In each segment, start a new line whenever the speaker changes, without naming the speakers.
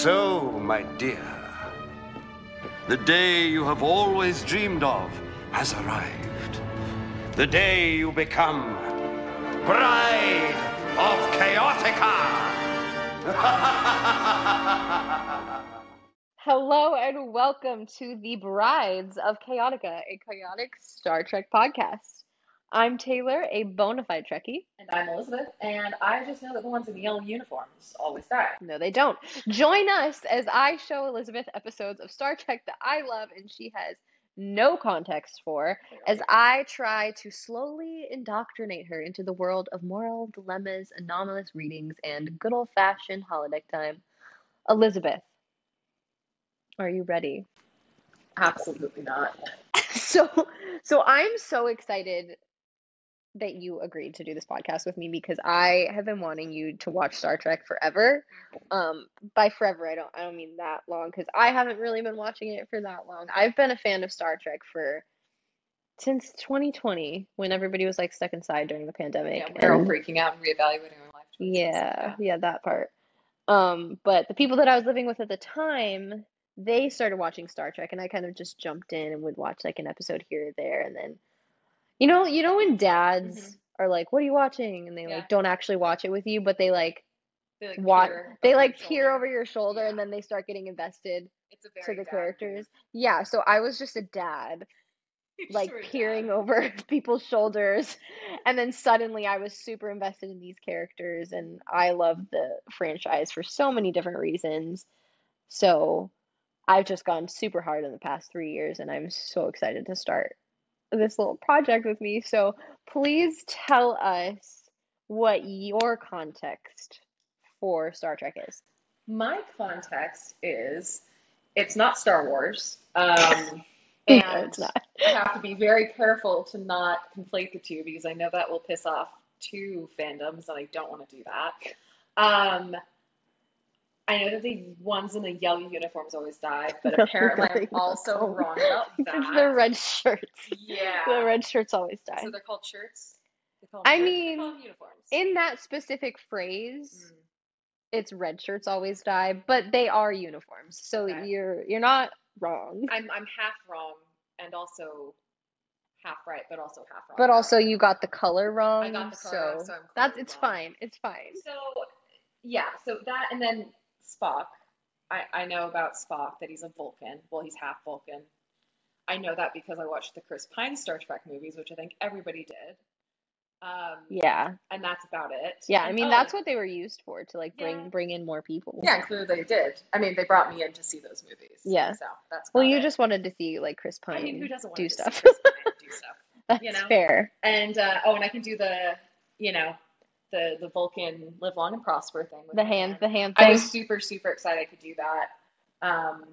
So, my dear, the day you have always dreamed of has arrived. The day you become Bride of Chaotica!
Hello and welcome to the Brides of Chaotica, a chaotic Star Trek podcast. I'm Taylor, a bona fide Trekkie.
And I'm Elizabeth, and I just know that the ones in the yellow uniforms always die.
No, they don't. Join us as I show Elizabeth episodes of Star Trek that I love and she has no context for, as I try to slowly indoctrinate her into the world of moral dilemmas, anomalous readings, and good old fashioned holodeck time. Elizabeth, are you ready?
Absolutely not.
so so i'm so excited that you agreed to do this podcast with me because i have been wanting you to watch star trek forever um by forever i don't i don't mean that long because i haven't really been watching it for that long i've been a fan of star trek for since 2020 when everybody was like stuck inside during the pandemic
Yeah, we're all
and-
freaking out and reevaluating our life choices.
yeah, yeah, that part. Um, but the people that I was living with at the time, they started watching Star Trek, and I kind of just jumped in and would watch like an episode here or there, and then, you know, you know when dads are like, "What are you watching?" and they
Mm-hmm. Yeah.
like don't actually watch it with you, but they like
They like
What-
peer
they
over
like
your
peer
shoulder.
over your shoulder, and
Yeah.
then they start getting invested
It's a
to
very
the
bad
characters. Yeah, so I was just a dad
movie.
like
Sure, yeah.
peering over people's shoulders and then suddenly i was super invested in these characters and i love the franchise for so many different reasons so i've just gone super hard in the past three years and i'm so excited to start this little project with me so please tell us what your context for star trek is
My context is it's not Star Wars. Um, and
No, it's not
I have to be very careful to not conflate the two because I know that will piss off two fandoms, and I don't want to do that. Um, I know that the ones in the yellow uniforms always die, but apparently I'm also wrong about
it's the
that.
red shirts
Yeah.
the red shirts always die
So they're called shirts. They call 'em
I
shirts? They
mean,
call 'em uniforms.
in that specific phrase,
Mm.
it's red shirts always die, but they are uniforms. So
Okay.
you're you're not wrong.
I'm I'm half wrong and also half right, but also half wrong.
But also you got the color wrong.
I got the color
so
wrong, so I'm
that's
clearly
it's
wrong.
fine. It's fine.
So yeah, so that and then Spock. I, I know about Spock that he's a Vulcan. Well, he's half Vulcan. I know that because I watched the Chris Pine Star Trek movies, which I think everybody did. Um,
Yeah.
and that's about it.
Yeah, I
And-
mean
oh,
that's what they were used for to like bring
Yeah.
bring in more people.
Yeah, clearly they did. I mean, they brought me in to see those movies.
Yeah.
So that's
Well,
about
you
it.
just wanted to see like Chris Pine
I mean, who doesn't want
do
to
stuff.
See Chris Pine do stuff?
That's
you know?
fair.
And uh, oh, and I can do the, you know, the the Vulcan live long and prosper thing. With
The
my
hand the hand thing.
I was super super excited I could do that. Um,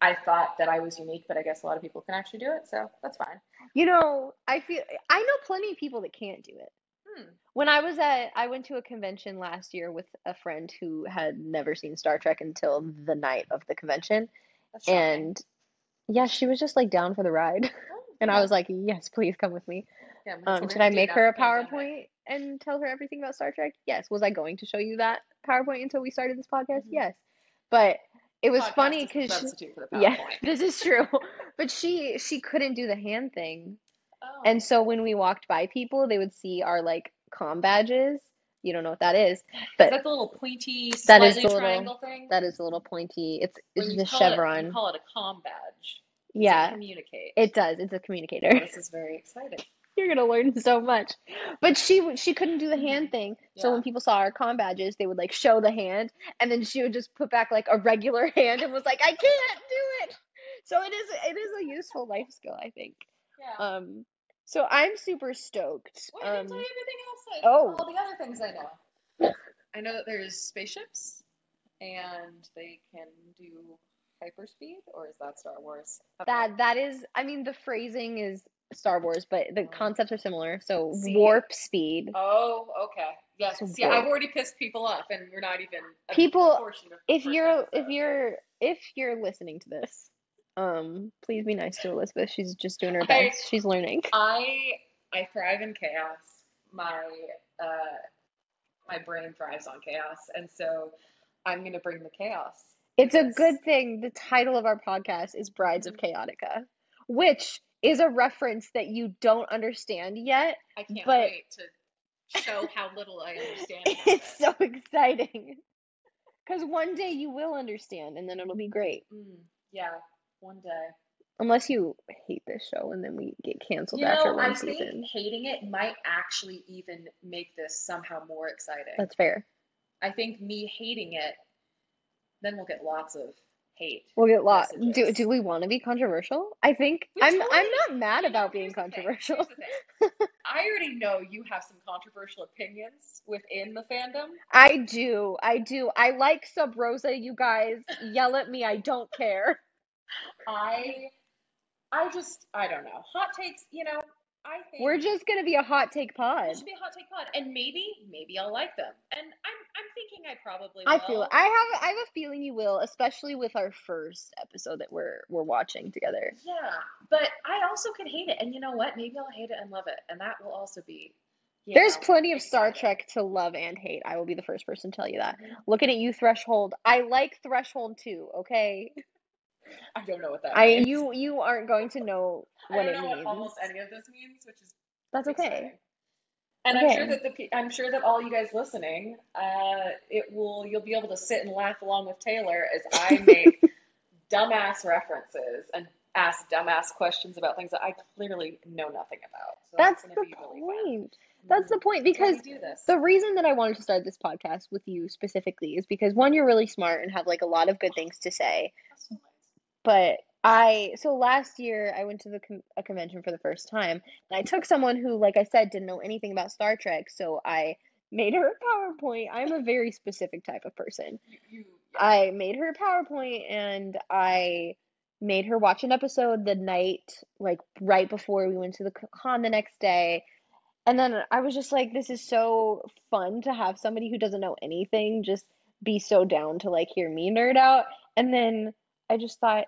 I thought that I was unique, but I guess a lot of people can actually do it, so that's fine.
You know, I feel I know plenty of people that can't do it.
Hmm.
When I was at, I went to a convention last year with a friend who had never seen Star Trek until the night of the convention.
That's shocking.
And yeah, she was just like down for the ride.
Oh,
And I
yeah.
was like, yes, please come with me.
Yeah, that's
Um,
what
did
we
I
do
make
now
her a
with the pandemic.
PowerPoint and tell her everything about Star Trek? Yes. Was I going to show you that PowerPoint until we started this podcast?
Mhm.
Yes. But it was
Podcast
funny
is a
because
substitute for the
yeah,
PowerPoint.
this is true. But she she couldn't do the hand thing.
Oh.
And so when we walked by people, they would see our like com badges. You don't know what that is.
is
But
that the little pointy,
That is
slightly
the little-
triangle thing?
that is a little pointy. It's
When
it's
you
the
call it- you
chevron.
call it a com badge. Does it
yeah,
communicate.
it does. It's a
Oh,
communicator.
this is very exciting.
You're gonna learn so much. But she w- she couldn't do the hand thing. So
Mm-hmm. Yeah.
when people saw our com badges, they would like show the hand, and then she would just put back like a regular hand and was like, I can't do it. So it is it is a useful life skill, I think.
Yeah.
Um, so I'm super stoked.
Wait, I
Um,
didn't tell you everything else. I,
oh.
all the other things I know. I know that there's spaceships, and they can do hyperspeed, or is that Star Wars? Have no
That that is, I mean, the phrasing is Star Wars, but the
Oh.
concepts are similar. So
See.
warp speed.
Oh, okay. Yes.
So
yeah, I've
big.
already pissed people off, and we're not even a
People-
portion of the
If
first
you're if
episode.
you're if you're listening to this, um, please be nice to Elizabeth. She's just doing her
I-
best. She's learning.
I I thrive in chaos. My uh, my brain thrives on chaos, and so I'm going to bring the chaos.
It's a
Yes.
good thing the title of our podcast is Brides of Chaotica, which is a reference that you don't understand yet.
I can't
But-
wait to show how little I understand. about
It's
this.
so exciting. Because one day you will understand and then it'll be great.
Mm, yeah, one day.
Unless you hate this show and then we get canceled
You
after
know,
one
I
season.
think hating it might actually even make this somehow more exciting.
That's fair.
I think me hating it, then we'll get lots of hate.
We'll get lot. Do
Messages.
do we want to be controversial? I think
We
I'm
totally-
I'm not mad
You know,
about being
here's the thing,
controversial.
here's the thing. I already know you have some controversial opinions within the fandom.
I do. I do. I like Sub Rosa, you guys. Yell at me. I don't care.
I, I just, I don't know. Hot takes, you know. I think
We're just going to be a hot take pod.
it should be a hot take pod, and maybe, maybe I'll like them. And I'm, I'm thinking I probably
I
will.
feel I have I have a feeling you will, especially with our first episode that we're we're watching together.
Yeah, but I also could hate it, and you know what? Maybe I'll hate it and love it, and that will also be. you
There's
know,
plenty of Star
exciting.
Trek to love and hate. I will be the first person to tell you
Mm-hmm.
that. Looking at you, Threshold. I like Threshold too, okay?
I don't know what that.
I
means.
you you aren't going to know
I
what
don't
it
know
means.
what almost any of this means, which is
That's okay.
exciting. And I'm sure
Okay.
that the pe- I'm sure that all you guys listening, uh, it will you'll be able to sit and laugh along with Taylor as I make dumbass references and ask dumbass questions about things that I clearly know nothing about. So
That's
gonna
the
be really Mm-hmm. fun.
point. That's the point
That's why we
because
do this.
the reason that I wanted to start this podcast with you specifically is because one, you're really smart and have like a lot of good things to say.
That's so nice.
But I, so last year I went to the con a convention for the first time, and I took someone who, like I said, didn't know anything about Star Trek, so I made her a PowerPoint. I'm a very specific type of person.
You, you,
I made her a PowerPoint and I made her watch an episode the night, like right before we went to the c- con the next day. And then I was just like, this is so fun to have somebody who doesn't know anything just be so down to like hear me nerd out. And then I just thought,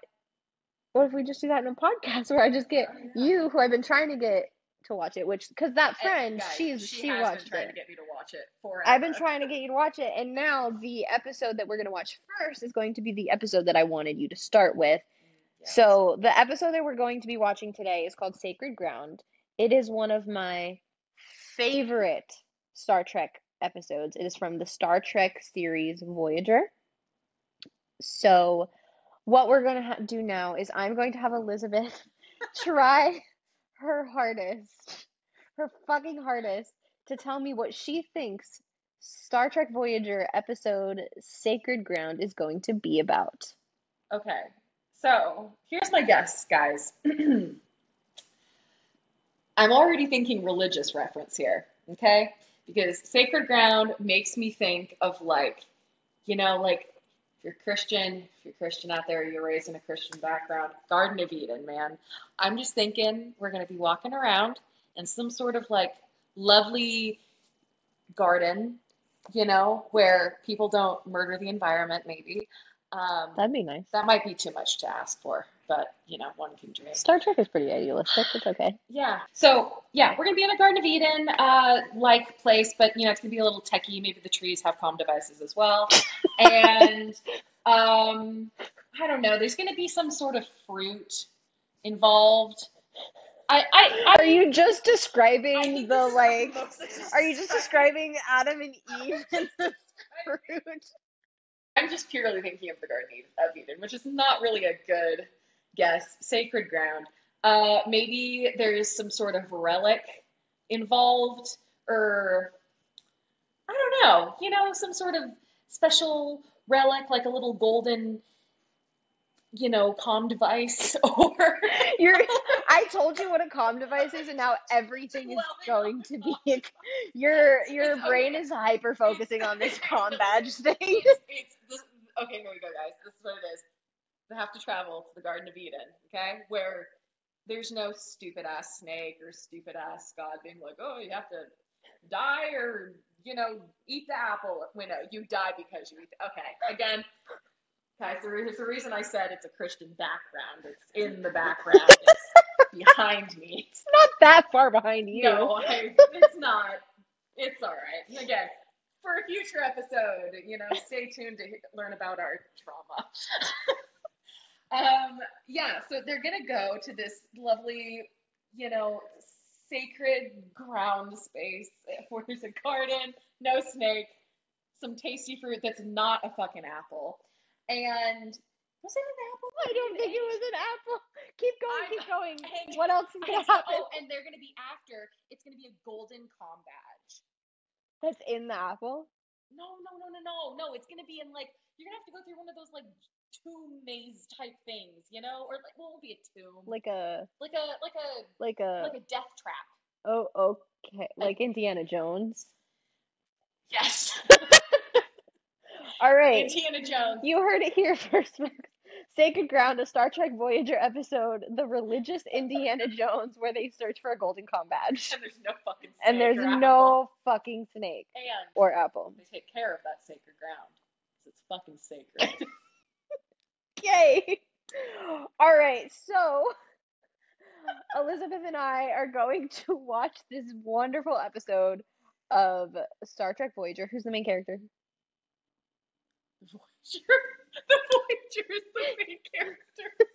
what if we just do that in a podcast where I just get
Oh, yeah.
you, who I've been trying to get to watch it, which, because that friend,
And guys,
she's
she,
she
has
watched
been trying
it.
to get me to watch it forever.
I've been trying to get you to watch it, and now the episode that we're going to watch first is going to be the episode that I wanted you to start with.
Yeah.
So, the episode that we're going to be watching today is called Sacred Ground. It is one of my favorite Star Trek episodes. It is from the Star Trek series Voyager. So, what we're going to ha- do now is I'm going to have Elizabeth try her hardest, her fucking hardest, to tell me what she thinks Star Trek Voyager episode Sacred Ground is going to be about.
Okay. So here's my guess, guys. I'm already thinking religious reference here, okay? Because sacred ground makes me think of like, you know, like if you're Christian, if you're Christian out there, you're raised in a Christian background, Garden of Eden, man. I'm just thinking we're gonna be walking around in some sort of like lovely garden, you know, where people don't murder the environment, maybe. Um,
That'd be nice.
that might be too much to ask for, but you know, one can dream.
Star Trek is pretty idealistic. It's okay.
Yeah. So yeah, we're gonna be in a Garden of Eden uh, like place, but you know, it's gonna be a little techie. Maybe the trees have comm devices as well, and um, I don't know. There's gonna be some sort of fruit involved. I, I,
Are you just
I, I
describing
think
the
this is
like?
the most-
Are you just describing Adam and Eve and the fruit?
I'm just purely thinking of the Garden of Eden, which is not really a good guess. Sacred ground. Uh, maybe there is some sort of relic involved, or I don't know. You know, some sort of special relic, like a little golden, you know, comm device, or
You're. I told you what a comm device is, and now everything is going to be. Your your brain is hyper focusing on this comm badge thing.
it's, it's this, okay. Here we go, guys. This is what it is. They have to travel to the Garden of Eden, okay? Where there's no stupid ass snake or stupid ass god being like, oh, you have to die or you know eat the apple. Wait, no, you die because you eat. The, okay, again, guys. There, there's a reason I said it's a Christian background. It's in the background. It's behind me. It's
Not that far behind you.
no, I, it's not. It's all right. Again, for a future episode. You know, stay tuned to h- learn about our trauma. um, yeah, so they're gonna go to this lovely, you know, sacred ground space where there's a garden, no snake, some tasty fruit that's not a fucking apple, and was it an apple?
I don't think it was an apple. Keep going,
I-
keep going.
and-
What else is
I
gonna
said,
happen?
Oh, and they're gonna be after. It's gonna be a golden com badge.
That's in the apple.
No, no, no, no, no, no. It's gonna be in like you're gonna have to go through one of those like tomb maze type things, you know, or like well, it won't be a tomb,
Like
like
Uh. a
like a like a
like a
like a death trap.
oh okay. Like Indiana Jones.
Yes,
All right.
Indiana Jones.
You heard it here first, Max. Sacred Ground, a Star Trek Voyager episode, the religious Indiana Jones where they search for a golden com badge.
And there's no fucking
And
snake
there's
or apple.
no fucking snake
and
or apple.
they take care of that sacred ground 'cause it's fucking sacred.
Yay! All right, so Elizabeth and I are going to watch this wonderful episode of Star Trek Voyager. Who's the main character?
Voyager, the Voyager is the main character.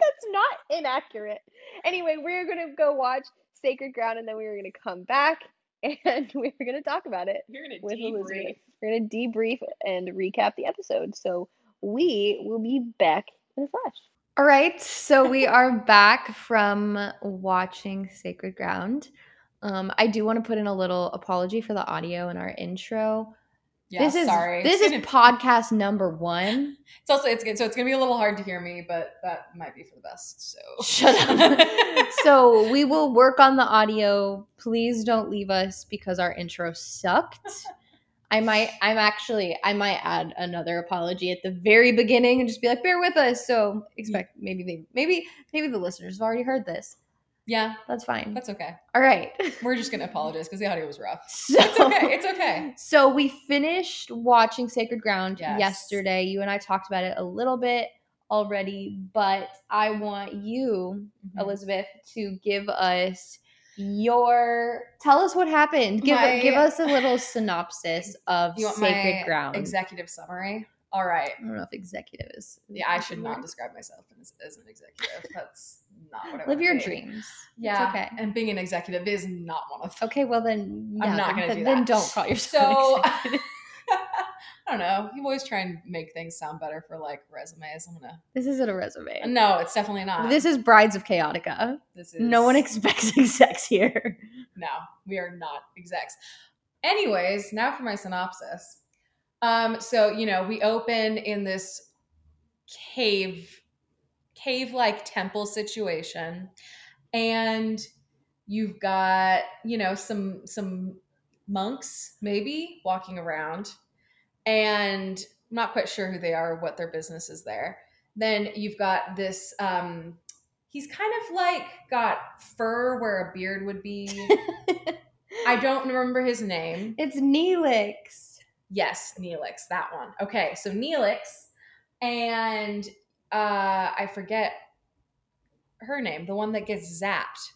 That's not inaccurate. Anyway, we're going to go watch Sacred Ground and then we're going to come back and we're going to talk about it
You're gonna
with Elizabeth.
debrief.
We're going to debrief and recap the episode. So we will be back in a flash.
All right, so we are back from watching Sacred Ground. Um, I do want to put in a little apology for the audio in our intro.
Yeah,
this is
sorry.
this
it's
is
gonna-
podcast number one.
it's also it's good, so it's gonna be a little hard to hear me, but that might be for the best. So
Shut up. so we will work on the audio. Please don't leave us because our intro sucked. I might I'm actually I might add another apology at the very beginning and just be like, bear with us. So expect maybe they maybe maybe the listeners have already heard this.
yeah,
That's fine.
that's okay.
All right.
We're just gonna apologize because the audio was rough.
So
It's okay. It's okay.
So we finished watching Sacred Ground
Yes.
yesterday. You and I talked about it a little bit already, but I want you
Mm-hmm.
Elizabeth to give us your tell us what happened. Give
My-
give us a little synopsis of
You want
Sacred
my
Ground.
executive summary? All right.
I don't know if executive is.
Yeah, I should not describe myself as, as an executive. That's not what I
live
wanna
your
be.
dreams.
Yeah,
it's okay.
And being an executive is not one of them.
Okay, well then,
I'm
yeah, then,
not gonna do
then
that.
don't call
So
yourself. an executive.
I don't know. You always try and make things sound better for like resumes. I'm gonna.
this isn't a resume.
No, it's definitely not.
This is Brides of Chaotica.
This is
No one expects sex here.
no, we are not execs. Anyways, now for my synopsis. Um, so you know, we open in this cave, cave-like temple situation, and you've got you know some some monks maybe walking around, and I'm not quite sure who they are, or what their business is there. Then you've got this. Um, he's kind of like got fur where a beard would be. I don't remember his name.
It's Neelix.
Yes, Neelix, that one. Okay, so Neelix and uh I forget her name, the one that gets zapped.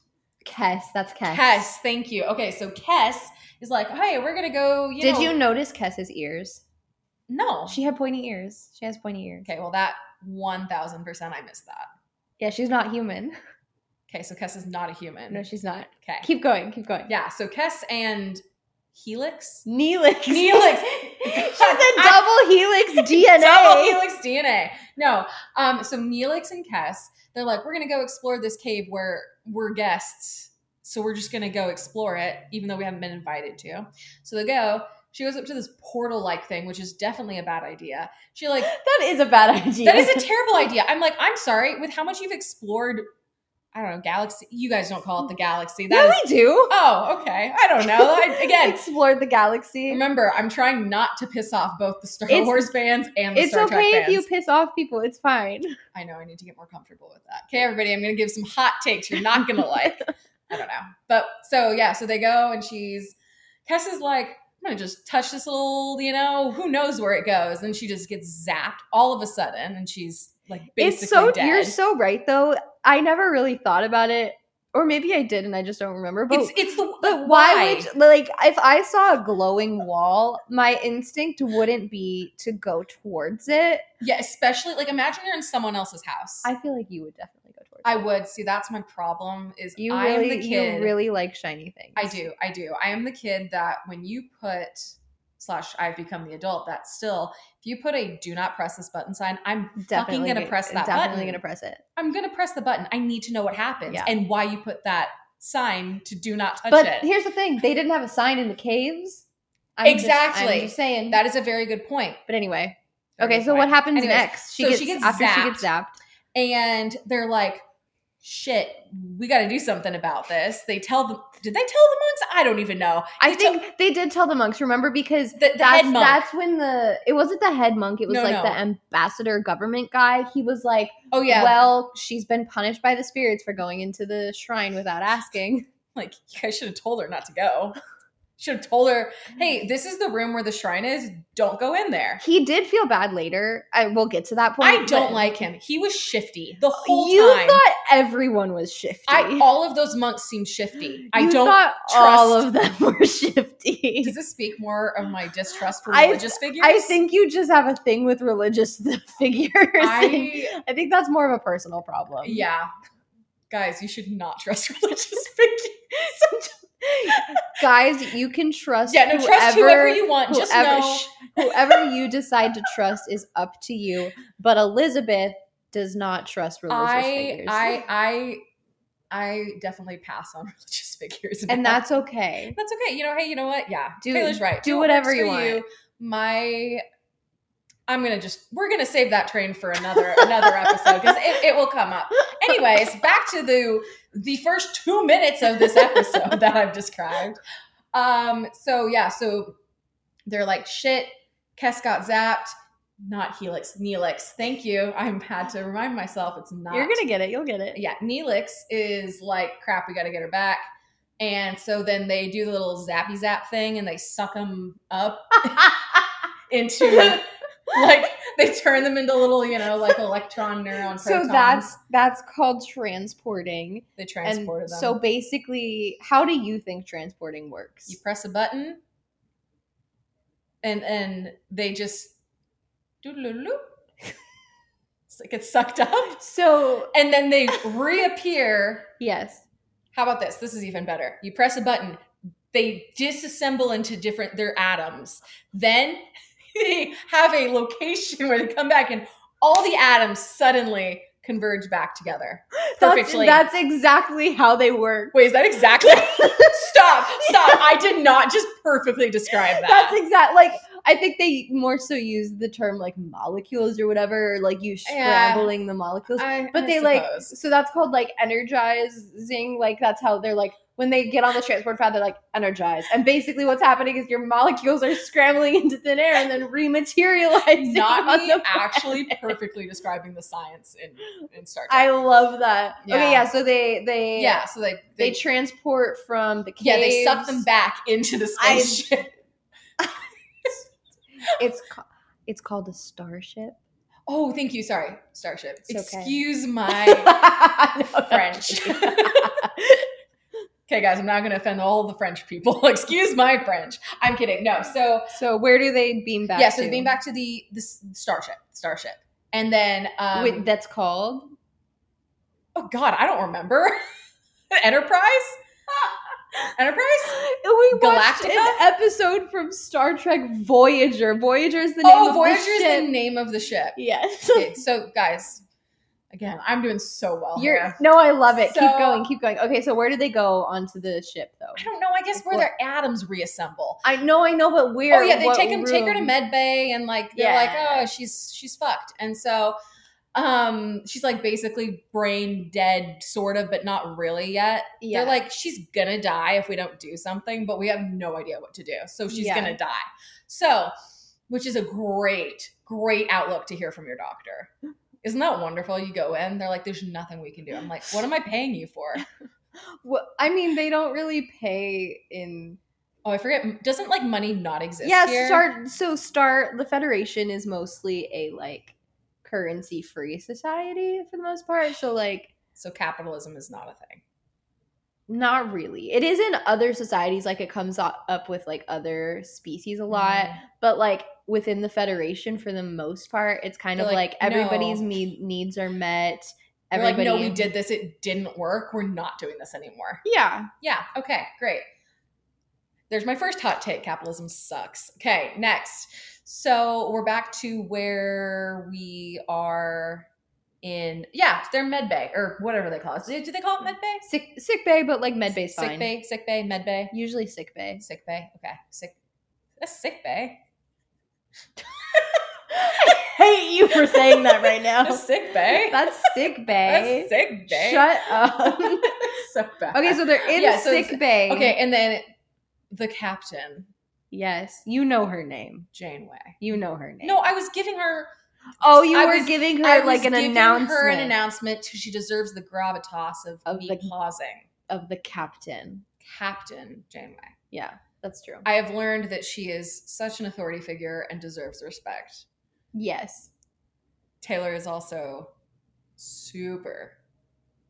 Kess, that's Kess.
Kess, thank you. Okay, so Kess is like, hey, we're gonna go. You
Did
know-
you notice Kess's ears?
No.
She had pointy ears. She has pointy ears.
okay, well that one thousand percent, I missed that.
Yeah, she's not human.
Okay, so Kess is not a human.
No, she's not.
okay.
Keep going. Keep going.
yeah, so Kess and Helix.
Neelix.
Neelix.
she's a double helix DNA.
Double Helix DNA. No. Um, so Neelix and Kess, they're like, we're gonna go explore this cave where we're guests. So we're just gonna go explore it, even though we haven't been invited to. So they go. She goes up to this portal-like thing, which is definitely a bad idea. She like
That is a bad idea.
that is a terrible idea. I'm like, I'm sorry, with how much you've explored, I don't know, galaxy. You guys don't call it the galaxy. That
yeah,
is
we do.
oh, okay. I don't know. I, again,
explored the galaxy.
remember, I'm trying not to piss off both the Star
It's-
Wars fans and the
it's
Star Trek
okay if
fans.
you piss off people. It's fine.
I know I need to get more comfortable with that. Okay, everybody, I'm going to give some hot takes you're not going to like. I don't know. But so, yeah, so they go and she's, Kess is like, I'm going to just touch this little, you know, who knows where it goes. And she just gets zapped all of a sudden and she's like basically
it's so
dead.
you're so right though. I never really thought about it
or maybe I did and I just don't remember. But
it's it's the
but why would like if I saw a glowing wall, my instinct wouldn't be to go towards it.
yeah, especially like imagine you're in someone else's house.
I feel like you would definitely go towards.
I
it.
would see that's my problem is
You
I am
really,
the kid.
you really like shiny things.
I do, I do. I am the kid that when you put slash I've become the adult that still if you put a do not press this button sign, I'm fucking
Definitely
gonna
gonna-
press that
Definitely
button.
gonna press it.
I'm gonna press the button. I need to know what happens
Yeah.
and why you put that sign to do not touch
But
it.
here's the thing: they didn't have a sign in the caves. I'm just- I'm
Exactly.
just saying
that is a very good point.
But anyway,
Very
okay.
good
So what
point.
happens
Anyways,
next? She
so
gets
she gets
after she
zapped.
gets zapped.
and they're like shit we got to do something about this they tell them did they tell the monks i don't even know
I
They tell-
think they did tell the monks. Remember because.
the, the
That's,
head monk
that's when the it wasn't the head monk it was
No,
like
no.
the ambassador government guy he was like
oh yeah
well she's been punished by the spirits for going into the shrine without asking
like you guys should have told her not to go should have told her hey this is the room where the shrine is don't go in there
he did feel bad later I we'll get to that point
i don't
but
like him he was shifty the whole
Oh you
time
thought everyone was shifty
i all of those monks seem shifty i
You
don't
thought
trust-
all of them were shifty
does this speak more of my distrust for
I-
religious figures
I think you just have a thing with religious figures. I,
I,
I think that's more of a personal problem.
yeah guys you should not trust religious figures
Guys, you can trust
Yeah, no,
whoever,
trust whoever you want. Just
whoever-
know.
sh- whoever you decide to trust is up to you. But Elizabeth does not trust religious
I,
figures.
I, I, I definitely pass on religious figures,
and
now.
that's okay.
that's okay. You know, hey, you know what? Yeah,
Do-
Taylor's right.
do
what works
whatever you
for
want.
My, I'm gonna just we're gonna save that train for another another episode because it, it will come up. Anyways, back to the the first two minutes of this episode that I've described. Um. So yeah. So they're like shit. Kes got zapped. Not Helix, Neelix. Thank you. I'm had to remind myself it's not
You're gonna get it. You'll get it.
yeah, Neelix is like, crap, we got to get her back. And so then they do the little zappy zap thing and they suck them up into like they turn them into little, you know, like electron neuron
so
protons.
that's that's called transporting.
they transported
and
them.
so basically, how do you think transporting works?
you press a button and and they just doodle-loop. it's like it's sucked up
so
and then they reappear
yes.
How about this? This is even better. You press a button, they disassemble into different their atoms. Then they have a location where they come back and all the atoms suddenly converge back together. Perfectly.
That's, that's exactly how they work.
Wait, is that exactly? stop, stop. I did not just perfectly describe that.
That's exact. Like I think they more so use the term like molecules or whatever, or, like you scrambling the molecules.
I-
but
I
they like
suppose.
so that's called like energizing. Like that's how they're like when they get on the transport pad, they're like energized. And basically, what's happening is your molecules are scrambling into thin air and then rematerializing.
not
on
me
the
actually perfectly describing the science in, in Star Trek.
I love that.
Yeah.
Okay, yeah. So they they
yeah, so they
they,
they,
transport from the caves.
yeah, they suck them back into the
I-
spaceship.
It's ca- it's called a starship.
Oh, thank you. Sorry, Starship.
It's okay.
Excuse my
No,
French. okay, guys, I'm not going to offend all the French people. Excuse my French. I'm kidding. No. So
So where do they beam back?
yeah, so
to?
being back to the the s- Starship, Starship, and then um,
Wait, that's called.
oh god, I don't remember. Enterprise. Enterprise.
We watched
Galactica?
an episode from Star Trek Voyager. Voyager is the name
oh,
of
Voyager
the
is
ship.
the name of the ship.
yes.
Okay, so guys, again, I'm doing so well.
You're
here.
no, I love it.
So-
keep going, keep going. Okay, Oh, so where do they go onto the ship though?
I don't know. I guess where their atoms reassemble.
I know, I know, but where?
Oh yeah, they
what
take him, take her to
room?
med bay, and like they're
Yeah.
like, oh, she's she's fucked, and so um, she's like basically brain dead, sort of, but not really yet.
Yeah.
They're like, she's gonna die if we don't do something, but we have no idea what to do, so she's
Yeah.
gonna die. So, which is a great, great outlook to hear from your doctor. Isn't that wonderful? You go in, they're like, there's nothing we can do. I'm like, what am I paying you for?
Well, I mean, they don't really pay in.
Oh, I forget. Doesn't like money not exist?
Yeah,
here?
start. So start. The Federation is mostly a like currency free society for the most part. So like,
So capitalism is not a thing.
not really. It is in other societies, like it comes o- up with like other species a lot, but like within the Federation, for the most part, it's kind
They're
of
like,
like, everybody's
"No."
me- needs are met.
They're like,
Everybody,
no, we did this. It didn't work. We're not doing this anymore.
Yeah,
Yeah. Okay. Great. There's my first hot take. Capitalism sucks. Okay. Next. So we're back to where we are in. Yeah, they're med bay or whatever they call it. Do do they call it med bay?
sick sick bay, but like med bay's
sick
fine.
bay. Sick bay. Med bay.
Usually sick bay.
Sick bay. Okay. Sick. That's sick bay.
hate you for saying that right now.
That's sick bay.
Oh. That's sick bay.
That's sick bay.
Shut up.
so bad.
okay, so they're in
Yeah, so
sick
it's-
bay.
Okay, and then the captain,
Yes, you know her name.
Janeway.
You know her name.
No, I was giving her
Oh, you
I
were
was-
giving her
I was
like an
giving
announcement
Her an announcement. She deserves the gravitas of,
Of
me
the-
pausing.
of the captain.
Captain Janeway.
Yeah, that's true.
I have learned that she is such an authority figure and deserves respect.
yes.
Taylor is also super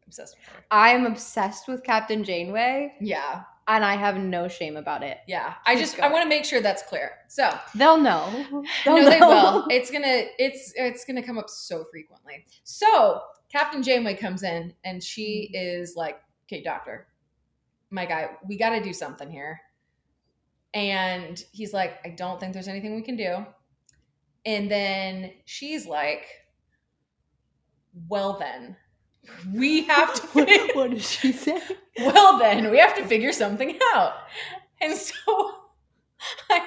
obsessed with her.
I am obsessed with Captain Janeway
Yeah,
and I have no shame about it.
yeah. I
She's
just I
good.
want to make sure that's clear. So
They'll know. They'll
no, they
know.
will. It's gonna it's it's gonna come up so frequently. So Captain Janeway comes in and she
Mm.
is like, "Okay, Doctor, my guy, we got to do something here." And he's like, "I don't think there's anything we can do." And then she's like, "Well then, we have to." fi-
what, what did she say?
well then we have to figure something out and so i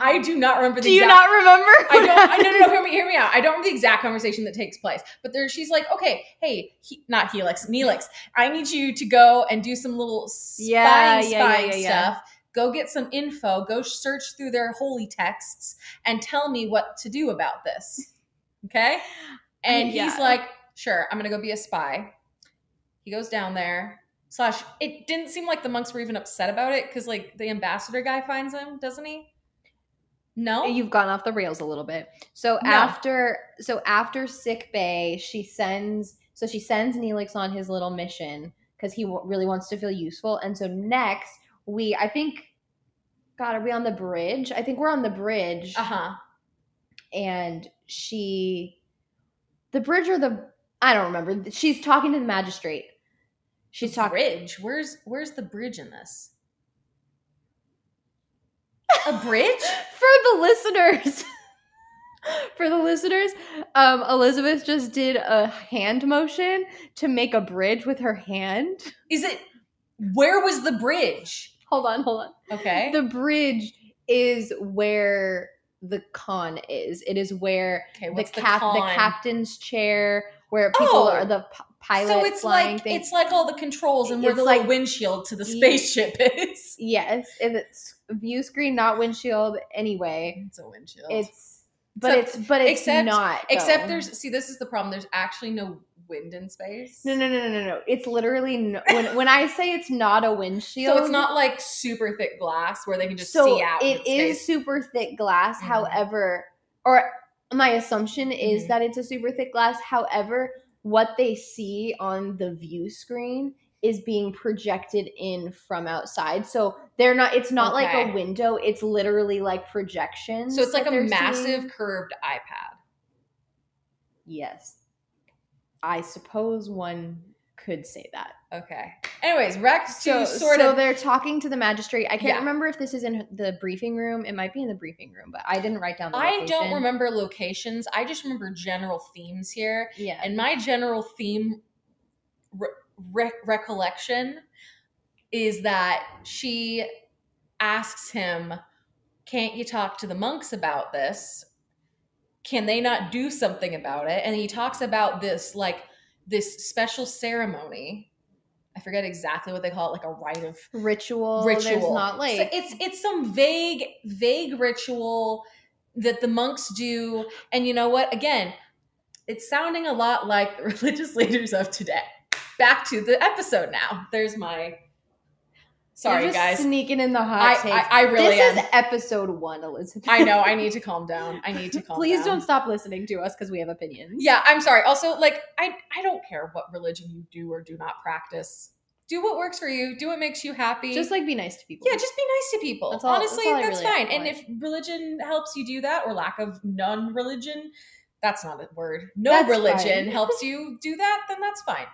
i do not remember the
Do you
exact-
not remember?
I don't. I no no no. Hear me, hear me out. I don't remember the exact conversation that takes place, but there she's like, okay, hey, he, not Helix, Neelix. I need you to go and do some little spying,
Yeah, yeah, yeah,
spying
yeah, yeah.
stuff. Go get some info. Go search through their holy texts and tell me what to do about this. Okay. And he's
Yeah.
like, sure, I'm gonna go be a spy. He goes down there. Slash, it didn't seem like the monks were even upset about it because like the ambassador guy finds him, doesn't he? No,
You've gone off the rails a little bit. So
No.
after so after sick bay, she sends so she sends Neelix on his little mission because he w- really wants to feel useful. And so next we, I think, God, are we on the bridge? I think we're on the bridge,
uh huh.
and she, the bridge or the I don't remember. She's talking to the magistrate. She's
the
talking.
bridge. Where's where's the bridge in this? A bridge?
for the listeners for the listeners um elizabeth just did a hand motion to make a bridge with her hand
Is it where was the bridge?
hold on hold on
Okay.
the bridge is where the con is it is where
okay,
the
what's the,
cap the,
con?
captain's chair where people
Oh.
are the p- pilot
So it's
flying
like
thing.
it's like all the controls and where
It's
the little
like-
windshield to the
Ye-
spaceship is.
yes and it's view screen not windshield anyway
It's a windshield.
it's but
So-
it's but it's
except-
not
Except
though.
there's see this is the problem. There's actually no wind in space.
No, no, no, no, no, no. It's literally no, when when I say it's not a windshield.
So it's not like super thick glass where they can just
so
see out. in
It is
space.
super thick glass.
Mhm.
However, or my assumption is
Mhm.
that it's a super thick glass. However, what they see on the view screen is being projected in from outside. So they're not. It's not like
Okay.
a window. It's literally like projections.
So it's like
that
a
they're
massive
seeing.
curved iPad.
Yes, I suppose one could say that.
Okay. Anyways, Rex
so,
to sort
so
of
they're talking to the magistrate. I can't
Yeah.
remember if this is in the briefing room. It might be in the briefing room, but I didn't write down the
I don't
location.
remember locations. I just remember general themes here.
Yeah.
And my general theme re- re- recollection is that she asks him, Can't you talk to the monks about this? Can they not do something about it? And he talks about this, like, this special ceremony. I forget exactly what they call it, like a rite of
ritual. There's
ritual.
not like
So it's it's some vague vague ritual that the monks do, and you know what? Again, it's sounding a lot like the religious leaders of today. Back to the episode now. There's my
You're
sorry
just
guys.
sneaking in the hot
I,
takes.
I I really
this
am.
is episode one, Elizabeth.
I know. I need to calm down. I need to calm.
Please
down.
don't stop listening to us because we have opinions.
Yeah, I'm sorry. Also, like I I don't care what religion you do or do not practice. do what works for you, do what makes you happy.
Just like be nice to people.
yeah, just be nice to people.
That's all- that's
Honestly,
all I
that's,
really
fine. And
want.
if religion helps you do that, or lack of non-religion, that's not a word. No
That's
religion
fine.
helps you do that, then that's fine.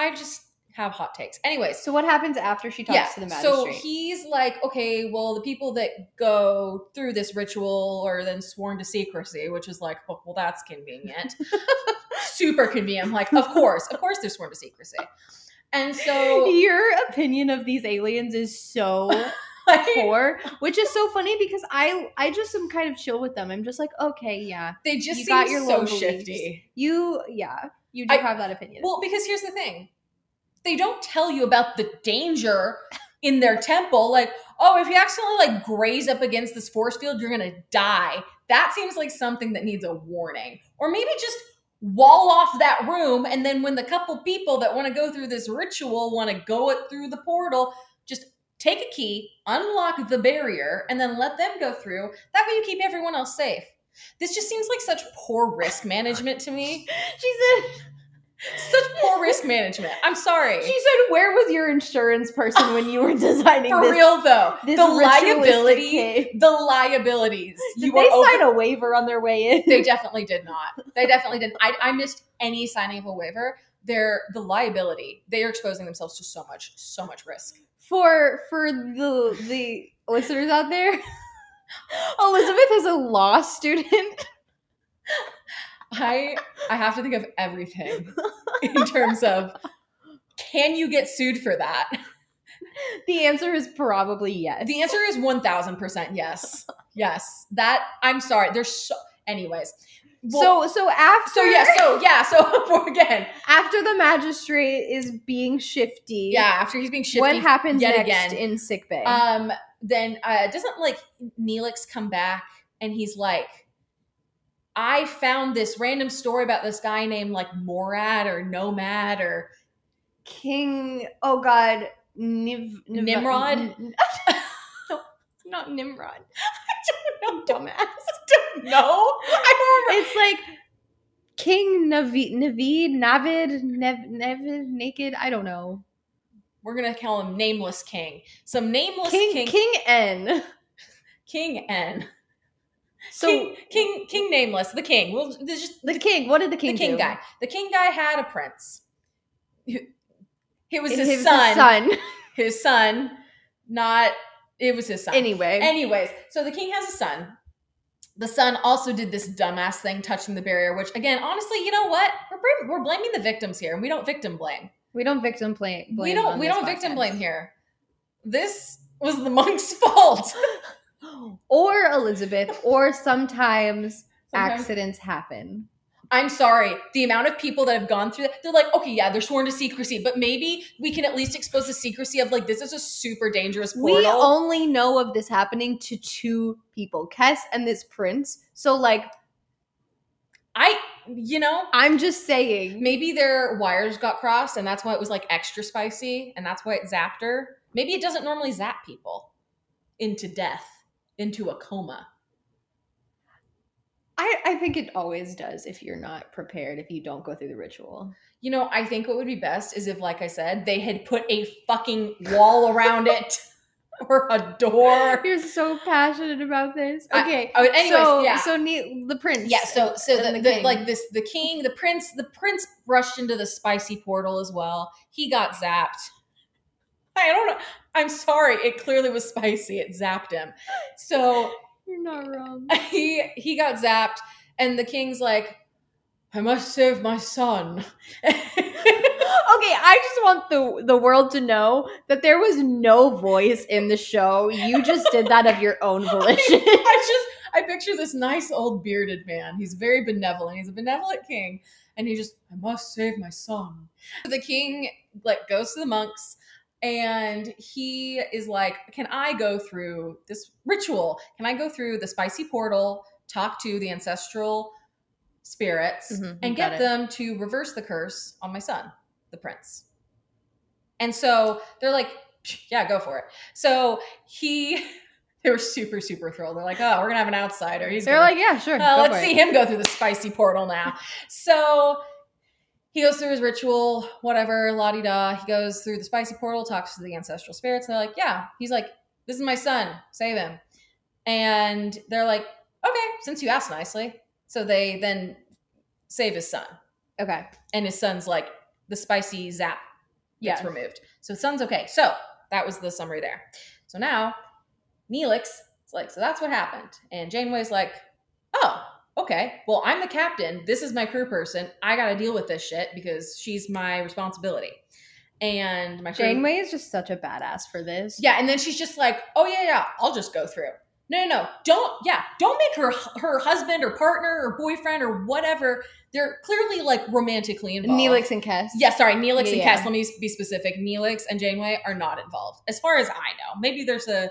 I just have hot takes. Anyway, so
So what happens after she talks to the
so
magistrate?
he's like, okay, well, the people that go through this ritual are then sworn to secrecy, which is like, oh, well, that's convenient. Super convenient. I'm like, of course, of course they're sworn to secrecy. And so,
your opinion of these aliens is so
like,
poor, which is so funny because I I just am kind of chill with them. I'm just like, okay, yeah,
they just
You
seem
got your
so
low beliefs.
shifty.
you yeah, you do
I-
have that opinion.
Well, because here's the thing they don't tell you about the danger in their temple. Like, oh, if you accidentally like graze up against this force field, you're gonna die. That seems like something that needs a warning. Or maybe just wall off that room, and then when the couple people that wanna go through this ritual wanna go it through the portal, just take a key, unlock the barrier, and then let them go through. That way you keep everyone else safe. This just seems like such poor risk management to me.
she said
Such poor risk management. I'm sorry.
she said, where was your insurance person when you were designing
For
this?
real though,
this
the
ritualistic
liability,
cave.
the liabilities.
Did
you were
they
over-
sign a waiver on their way in?
They definitely did not. They definitely didn't. I, I missed any signing of a waiver. They're the liability. They are exposing themselves to so much, so much risk.
for for the the listeners out there, Elizabeth is a law student.
I I have to think of everything in terms of can you get sued for that?
The answer is probably yes.
The answer is 1000% yes. Yes. That I'm sorry. There's so anyways. Well,
so so after
so yeah, so yeah, so again.
after the magistrate is being shifty,
Yeah, after he's being shifty.
what happens
yet
next
again.
in sick bay?
Um, then uh, doesn't like Neelix come back and he's like, I found this random story about this guy named like Morad or Nomad or
King, oh god, Niv, Niv-
Nimrod?
N- oh, no, not Nimrod.
no,
Dumbass.
no, I don't remember.
it's like King Navid, Navid, Navid, Nev, Nevid, Naked. I don't know.
We're gonna call him Nameless King. Some nameless
King,
King,
King,
King, King,
N.
N.
So
King, King, King, Nameless, the King. Well, there's just
the king. What did the king?
the king
do?
guy. The King guy had a prince. He- It was
It-
his,
it was
son.
son.
His son, not. It was his son.
anyway,
Anyways, so the king has a son. The son also did this dumbass thing, touching the barrier. Which, again, honestly, you know what? We're blam- we're blaming the victims here, and we don't victim blame.
we don't victim play, blame.
we don't
on
we
this
don't victim
podcast.
blame here. This was the monk's fault.
or Elizabeth, or sometimes
Sometimes-
accidents happen.
I'm sorry. The amount of people that have gone through that, they're like, okay, yeah, they're sworn to secrecy, but maybe we can at least expose the secrecy of like this is a super dangerous portal.
We only know of this happening to two people, Kess and this prince. So, like,
I, you know,
I'm just saying,
Maybe their wires got crossed and that's why it was like extra spicy and that's why it zapped her. Maybe it doesn't normally zap people into death, into a coma.
I, I think it always does if you're not prepared, if you don't go through the ritual.
You know, I think what would be best is if, like I said, they had put a fucking wall around it or a door.
You're so passionate about this.
I-
Okay.
Oh, anyways,
so,
yeah.
so ne- the prince.
yeah, so so
and
the,
the
the-
king.
like this the king, the prince, the prince rushed into the spicy portal as well. He got zapped. I don't know. I'm sorry. It clearly was spicy. It zapped him. So
You're not wrong.
he he got zapped and the king's like i must save my son
Okay, I just want the the world to know that there was no voice in the show. You just did that of your own volition.
i just i picture this nice old bearded man he's very benevolent he's a benevolent king and he just i must save my son So the king like goes to the monks and he is like can i go through this ritual can i go through the spicy portal talk to the ancestral spirits
Mhm, you
and
got
get
it.
them to reverse the curse on my son the prince and so they're like "Psh, yeah go for it so he they were super super thrilled they're like oh we're gonna have an outsider he's
They're
gonna-
like, yeah, sure.
uh,
go
let's
for it."
see him go through the spicy portal now. So he goes through his ritual, whatever, la di da. He goes through the spicy portal, talks to the ancestral spirits. They're like, yeah. He's like, this is my son, save him. And they're like, okay, since you asked nicely. So they then save his son.
Okay.
And his son's like, the spicy zap gets
Yes.
removed. So his son's okay. So that was the summary there. So now Neelix is like, so that's what happened. And Janeway's like, oh, okay. Well, I'm the captain. This is my crew person. I got to deal with this shit because she's my responsibility. And my crew-
Janeway is just such a badass for this.
yeah, and then she's just like, "Oh yeah, yeah, I'll just go through." No, no, no, don't. Yeah, don't make her her husband or partner or boyfriend or whatever. They're clearly like romantically involved.
Neelix and Kess.
Yeah, sorry, Neelix
Yeah,
and
yeah.
Cass. Let me be specific. Neelix and Janeway are not involved, as far as I know. Maybe there's a.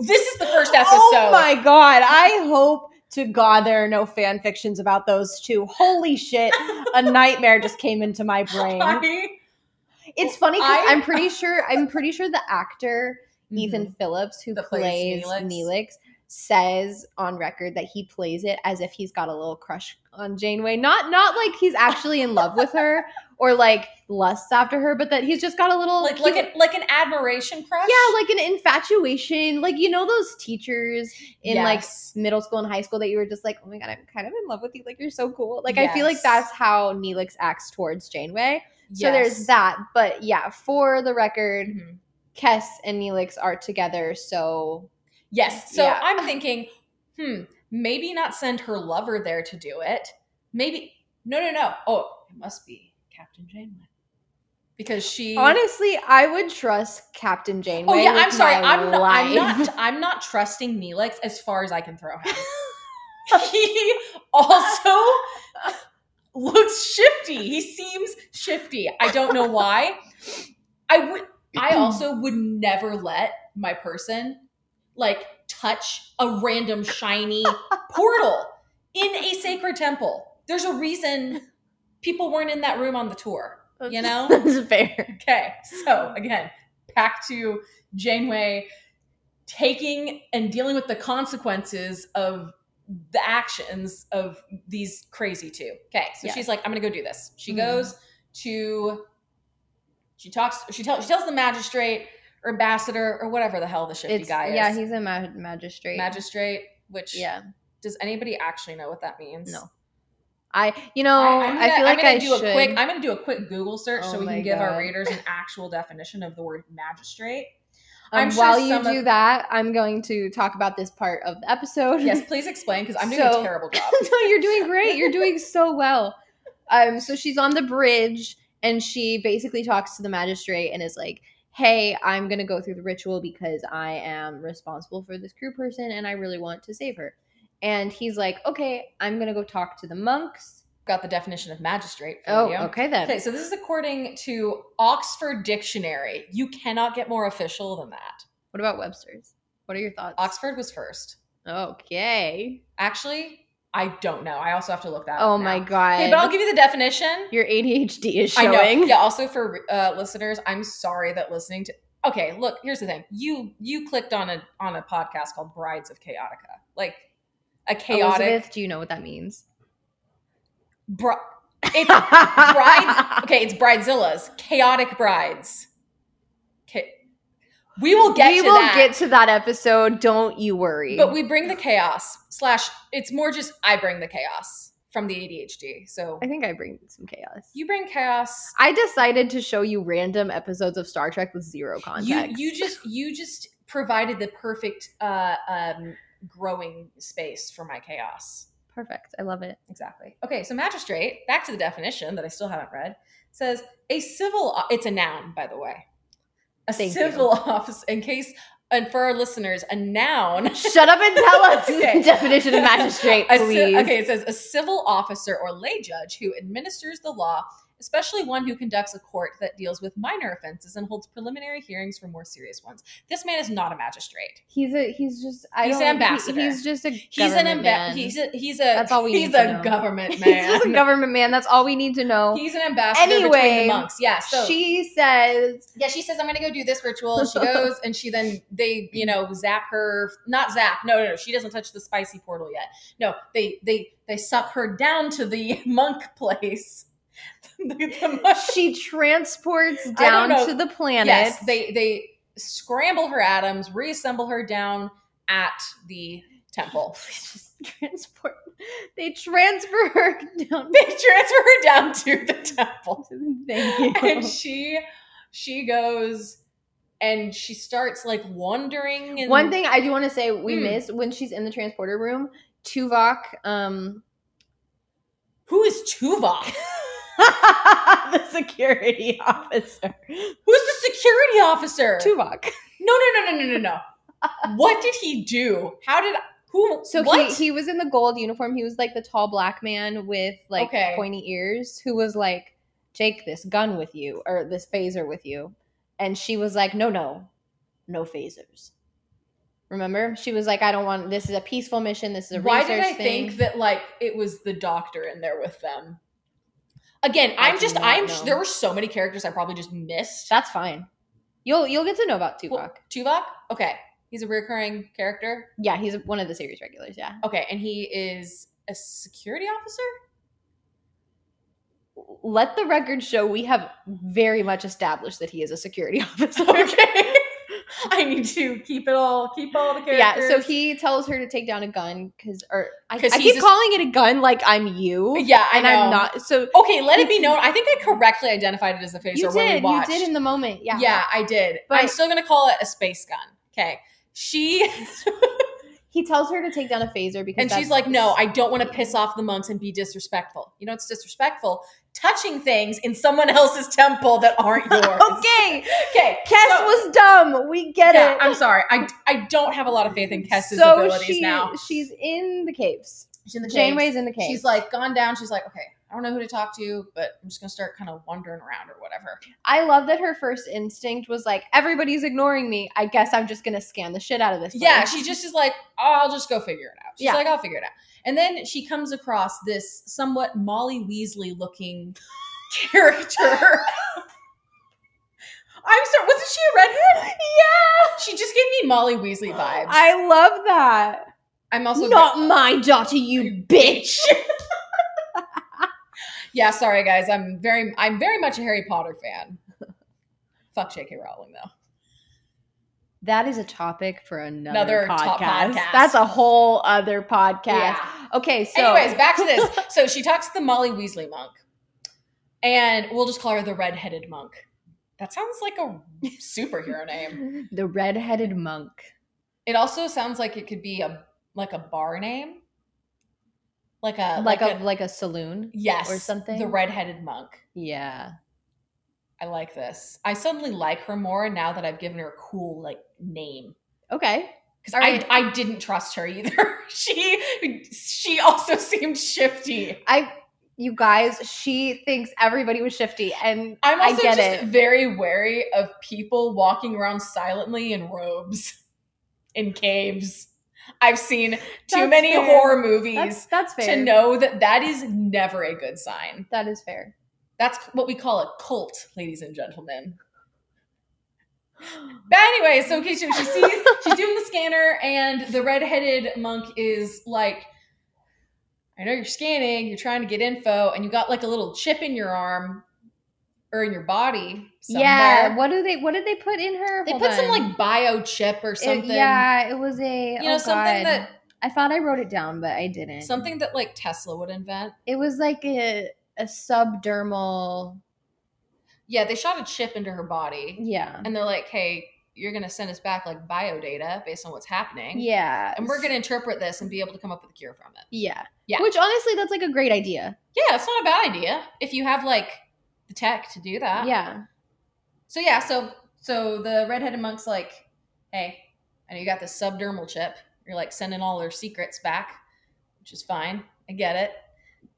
this is the first episode.
Oh my god! I hope to God there are no fan fictions about those two. Holy shit! a nightmare just came into my brain.
I-
It's funny because
I-
I'm pretty sure I'm pretty sure the actor Ethan Phillips, who
That
plays,
plays
Neelix.
Neelix.
says on record that he plays it as if he's got a little crush on Janeway. Not not like he's actually in love with her or like lusts after her, but that he's just got a little
Mm-hmm. like
he-
like an like an admiration crush.
yeah, like an infatuation. Like you know those teachers in like
Yes.
middle school and high school that you were just like, oh my god, I'm kind of in love with you. Like you're so cool. Like I feel like
Yes.
that's how Neelix acts towards Janeway. So
Yes.
there's that. But yeah, for the record,
Mhm.
Kess and Neelix are together, so
Yes. So
Yeah.
I'm thinking, hmm, maybe not send her lover there to do it. Maybe no, no, no. Oh, it must be Captain Janeway because she
honestly, I would trust Captain Janeway.
Oh yeah, I'm
with
sorry.
my
I'm not, I'm
life.
not. I'm not trusting Neelix as far as I can throw him. he also looks shifty. He seems shifty. I don't know why. I would. I also would never let my person like touch a random shiny portal in a sacred temple. There's a reason people weren't in that room on the tour. You know.
That's fair.
Okay, so again, back to Janeway taking and dealing with the consequences of the actions of these crazy two. Okay, so
Yeah.
she's like, I'm gonna go do this. She
Mhm.
goes to, she talks, she tells, she tells the magistrate or ambassador or whatever the hell the shifty
It's,
guy is.
yeah, he's a ma- magistrate.
magistrate. Which
Yeah,
does anybody actually know what that means?
No. I you know
I,
I,
am gonna,
feel like
am gonna
I
do
should.
a quick. I'm gonna do a quick Google search
Oh
so we
my
can give
God.
our readers an actual definition of the word magistrate.
Um,
I'm sure
while you
some of-
do that, I'm going to talk about this part of the episode.
Yes, please explain because I'm doing
So-
a terrible job.
no, you're doing great. You're doing so well. Um, so she's on the bridge and she basically talks to the magistrate and is like, Hey, I'm gonna go through the ritual because I am responsible for this crew person and I really want to save her. And he's like, Okay, I'm gonna go talk to the monks.
Got the definition of magistrate for
Oh,
you.
okay then.
Okay, so this is according to Oxford Dictionary. You cannot get more official than that.
What about Webster's? What are your thoughts?
Oxford was first.
Okay.
Actually, I don't know. I also have to look that.
Oh
up now.
my god.
Okay, but I'll give you the definition.
your ADHD is
I
showing.
know. Yeah. Also for uh, listeners, I'm sorry that listening to. Okay, look. Here's the thing. You you clicked on a on a podcast called Brides of Chaotica, like a chaotic.
Elizabeth, do you know what that means?
Bri- it's brides. Okay, it's bridezillas, chaotic brides. Okay, we will get
we
to
will
that.
get to that episode. Don't you worry.
but we bring the chaos slash. It's more just I bring the chaos from the ADHD. So
I think I bring some chaos.
you bring chaos.
I decided to show you random episodes of Star Trek with zero
You
context.
you just you just provided the perfect uh, um, growing space for my chaos.
Perfect. I love it.
Exactly. Okay, so magistrate, back to the definition that I still haven't read, says a civil, o- it's a noun, by the way. A
Thank you.
civil office, in case, and for our listeners, a noun.
Shut up and tell us the
Okay.
definition of magistrate,
A ci-
please.
okay, it says a civil officer or lay judge who administers the law, especially one who conducts a court that deals with minor offenses and holds preliminary hearings for more serious ones. This man is not a magistrate.
He's a he's just I
He's
don't,
an
he-
ambassador.
he's just a
He's an
government
amba-
man.
he's a he's a
That's all we
he's
need to
a
know.
government
He's
man.
just a government man. That's all we need to know.
He's an ambassador
Anyway,
between the monks. Yeah. So
she says
yeah, she says, I'm going to go do this ritual. She goes and she then, they, you know, zap her, not zap. No, no, no. She doesn't touch the spicy portal yet. No, they, they, they suck her down to the monk place the, the mush-
she transports
I don't
down
know.
to the planet.
yes, they they scramble her atoms, reassemble her down at the temple.
just transport. They transfer her down.
They transfer her down to the temple.
Thank you.
and she she goes and she starts like wandering and
One thing I do want to say we
Hmm.
missed when she's in the transporter room, Tuvok. Um,
who is Tuvok?
the security officer.
Who's the security officer?
Tuvok.
No, no, no, no, no, no, no. what did he do? How did who?
So
what?
he he was in the gold uniform. He was like the tall black man with like
Okay.
pointy ears who was like, "Take this gun with you or this phaser with you," and she was like, "No, no, no phasers." Remember, she was like, "I don't want. This is a peaceful mission. This is a
Why
research
did I
thing."
think that like it was the doctor in there with them? Again,
I
I'm
do
just
not
I'm
know.
there were so many characters I probably just missed.
That's fine. You'll you'll get to know about Tuvok.
Well, Tuvok? Okay. He's a recurring character.
yeah, he's one of the series regulars. Yeah,
Okay, and he is a security officer?
let the record show we have very much established that he is a security officer.
okay. I need to keep it all, keep all the
Yeah,
characters.
so he tells her to take down a gun because, or I,
'Cause
I
he's
keep
a-
calling it a gun like I'm you,
yeah, I
and
know.
I'm not. So
Okay, let it be known. I think I correctly identified it as a phaser
you
when we
did, you
watched.
did in the moment, yeah,
I did.
But-
I'm still gonna call it a space gun. Okay. She
He tells her to take down a phaser because,
and she's
that's-
like, no, I don't want to piss off the monks and be disrespectful. You know, it's disrespectful touching things in someone else's temple that aren't yours.
okay,
Okay.
Kess
so-
was dumb. We get
yeah,
it.
I'm sorry. I, I don't have a lot of faith in Kess's
so
abilities
she,
now.
she's in the caves.
She's in the
Janeway's in the caves.
She's like gone down. She's like, okay, I don't know who to talk to, but I'm just gonna start kind of wandering around or whatever.
I love that her first instinct was like, everybody's ignoring me. I guess I'm just gonna scan the shit out of this.
Yeah,
place."
she just is like, oh, I'll just go figure it out. She's
Yeah.
like, I'll figure it out. And then she comes across this somewhat Molly Weasley looking character. I'm sorry, wasn't she a redhead? Yeah. She just gave me Molly Weasley vibes. I,
I love that.
am also
Not my daughter, you bitch.
Yeah, sorry guys. I'm very I'm very much a Harry Potter fan. Fuck J.K. Rowling though.
That is a topic for another,
Another
podcast.
top podcast.
That's a whole other podcast. Okay, so
Anyways, back to this. so she talks to the Molly Weasley monk, and we'll just call her the redheaded monk. That sounds like a superhero name.
the red-headed monk.
It also sounds like it could be a like a bar name, Uh, like a
Like, a, like a saloon.
yes
or something?
The redheaded monk.
Yeah.
I like this. I suddenly like her more now that I've given her a cool like name.
Okay.
Because
All right.
I, I didn't trust her either. she she also seemed shifty.
I you guys, she thinks everybody was shifty and
I'm
I
also
get
just
it.
very wary of people walking around silently in robes in caves. I've seen too
That's
many
fair.
horror
that's
movies
that's fair.
to know that that is never a good sign.
That is fair.
That's what we call a cult, ladies and gentlemen. But anyway, so okay, so she sees she's doing the scanner, and the redheaded monk is like, "I know you're scanning, you're trying to get info, and you got like a little chip in your arm or in your body somewhere.
Yeah. What do they what did they put in her?
they
Hold
put some
on.
like bio chip or
It-
something.
yeah, it was a
you know
oh
something
God.
that
I thought I wrote it down, but I didn't.
something that like Tesla would invent.
It was like a a subdermal.
Yeah, they shot a chip into her body,
Yeah.
and they're like, "Hey, you're gonna send us back like bio data based on what's happening."
Yeah.
and we're going to interpret this and be able to come up with a cure from it.
Yeah.
Yeah.
Which honestly, that's like a great idea.
Yeah, it's not a bad idea if you have like the tech to do that.
yeah.
So yeah, so so the redheaded monk's like, hey, I know you got this subdermal chip. You're like sending all their secrets back, which is fine. I get it.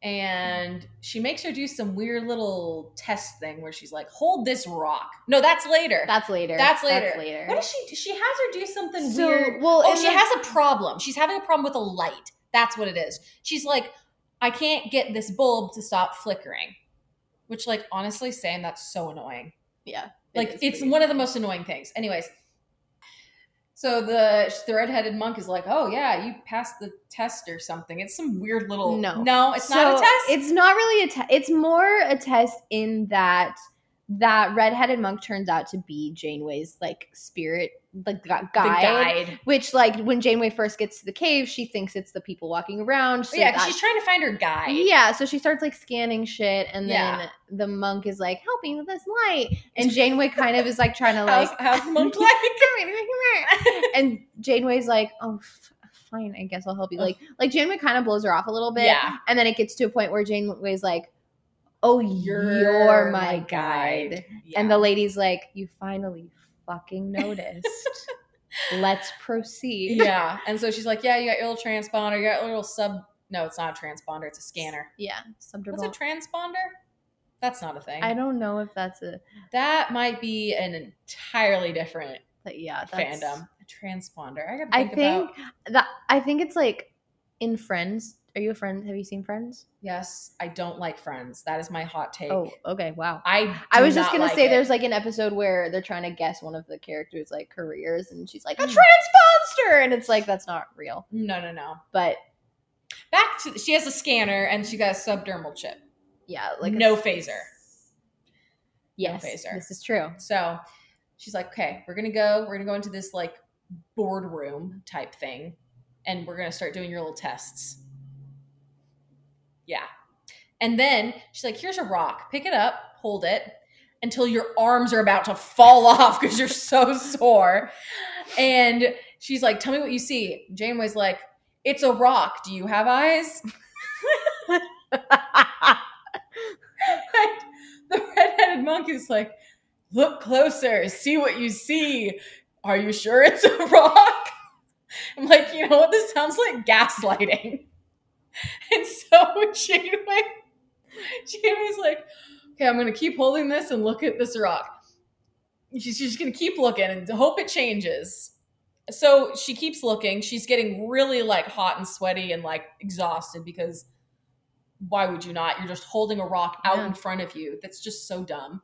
And she makes her do some weird little test thing where she's like, hold this rock. No, that's later.
That's later.
That's later.
That's later.
what is she? She has her do something
so,
weird.
well,
Oh,
and
she
the-
has a problem. She's having a problem with a light. That's what it is. She's like, I can't get this bulb to stop flickering. Which, like, honestly, Sam, that's so annoying.
Yeah.
Like,
is
it's
pretty-
one of the most annoying things. Anyways, So the the redheaded monk is like, "Oh yeah, you passed the test or something." It's some weird little
No.
no, it's not a
So,
test.
It's not really a test. It's more a test in that that redheaded monk turns out to be Janeway's like spirit, like gu-
the
guide.
guide.
Which, like, when Janeway first gets to the cave, she thinks it's the people walking around. So
yeah, 'cause
that-
she's trying to find her guide.
yeah, so she starts like scanning shit, and then
Yeah.
the monk is like, "Help me with this light," and Janeway kind of is like trying to like,
how's, how's the monk like?
come here, come here. and Janeway's like, "Oh, f- fine, I guess I'll help you." Like, like Janeway kind of blows her off a little bit,
yeah,
and then it gets to a point where Janeway's like, "Oh, you're, my, guide,",
Yeah.
and the lady's like, "You finally fucking noticed. Let's proceed."
yeah, and so she's like, "Yeah, you got your little transponder, you got your little sub. No, it's not a transponder. It's a scanner.
yeah,
What's a
subdermal.
transponder? That's not a thing.
I don't know if that's a
that might be an entirely different
but yeah that's-
fandom. A transponder. I gotta
I
think,
think
about.
that I think it's like in Friends. Are you a friend? Have you seen Friends?
Yes, I don't like Friends. That is my hot take.
Oh, okay. Wow.
I do
I was just
not
gonna
like
say
it.
there's like an episode where they're trying to guess one of the characters like careers, and she's like a
Mm.
transponster, and it's like that's not real.
no, no, no.
But
Back to she has a scanner and she got a subdermal chip.
yeah, like
No
it's-
phaser.
Yes,
phaser.
this is true.
So she's like, okay, we're gonna go, we're gonna go into this like boardroom type thing, and we're gonna start doing your little tests. Yeah. And then she's like, here's a rock. Pick it up, hold it until your arms are about to fall off because you're so sore. And she's like, tell me what you see. Janeway's like, it's a rock. Do you have eyes? And the redheaded monk is like, look closer, see what you see. Are you sure it's a rock? I'm like, you know what? This sounds like gaslighting. And so Janeway, Janeway's like, okay, I'm gonna keep holding this and look at this rock. She's she's just gonna keep looking and hope it changes. So she keeps looking. She's getting really like hot and sweaty and like exhausted because why would you not? You're just holding a rock out
Yeah.
in front of you. That's just so dumb.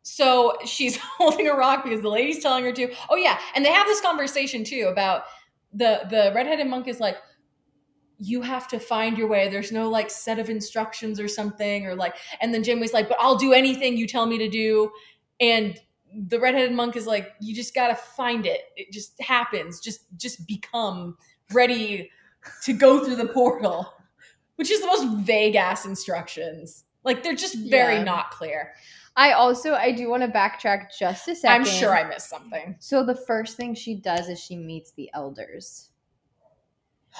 So she's holding a rock because the lady's telling her to. Oh yeah, and they have this conversation too about the the redheaded monk is like, you have to find your way. There's no like set of instructions or something or like. And then Janeway's like, but I'll do anything you tell me to do. And the redheaded monk is like, you just gotta find it. It just happens. Just just become ready to go through the portal, which is the most vague ass instructions. Like they're just very
Yeah.
not clear.
I also I do want to backtrack just a second.
I'm sure I missed something.
So the first thing she does is she meets the elders.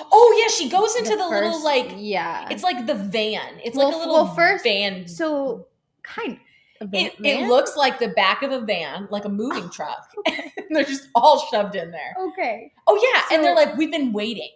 Oh yeah, she goes into the, little
first-
like
yeah.
it's like the van. It's like
Well,
a
f-
little
well, first-
van.
so kind. of
it, it
man?
looks like the back of a van, like a moving truck. and they're just all shoved in there.
okay.
Oh yeah, and they're
So-
like, we've been waiting.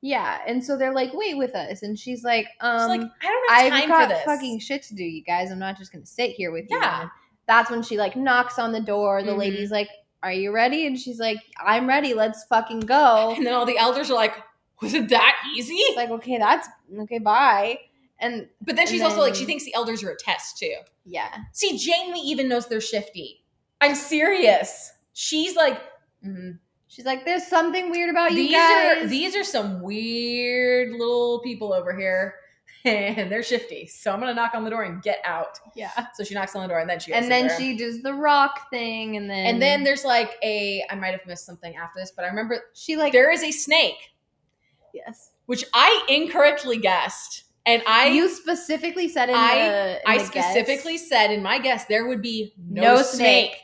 Yeah, and so they're like, "Wait with us," and she's like,
It's
"Um,
like I don't have
I've
time
got
for this.
fucking shit to do, you guys. I'm not just gonna sit here with you."
Yeah.
And that's when she like knocks on the door. The
Mhm.
lady's like, "Are you ready?" And she's like, "I'm ready. Let's fucking go."
and then all the elders are like, was it that easy?
It's like, okay, that's okay. Bye. And
but then
and
she's also like, she
then-
thinks the elders are a test too.
yeah,
See, Janeway even knows they're shifty. I'm serious. She's like, "Mhm,
she's like, "There's something weird about you
these
guys."
are these are some weird little people over here and they're shifty so i'm gonna knock on the door and get out
yeah.
so she knocks on the door and then she
And
goes in
then
there.
she does the rock thing, and then
and then there's like a i might have missed something after this but i remember
she like
there is a snake
yes.
which i incorrectly guessed and i
you specifically said in
I-
the in
i
the guest-
specifically said in my guess there would be no,
No
snake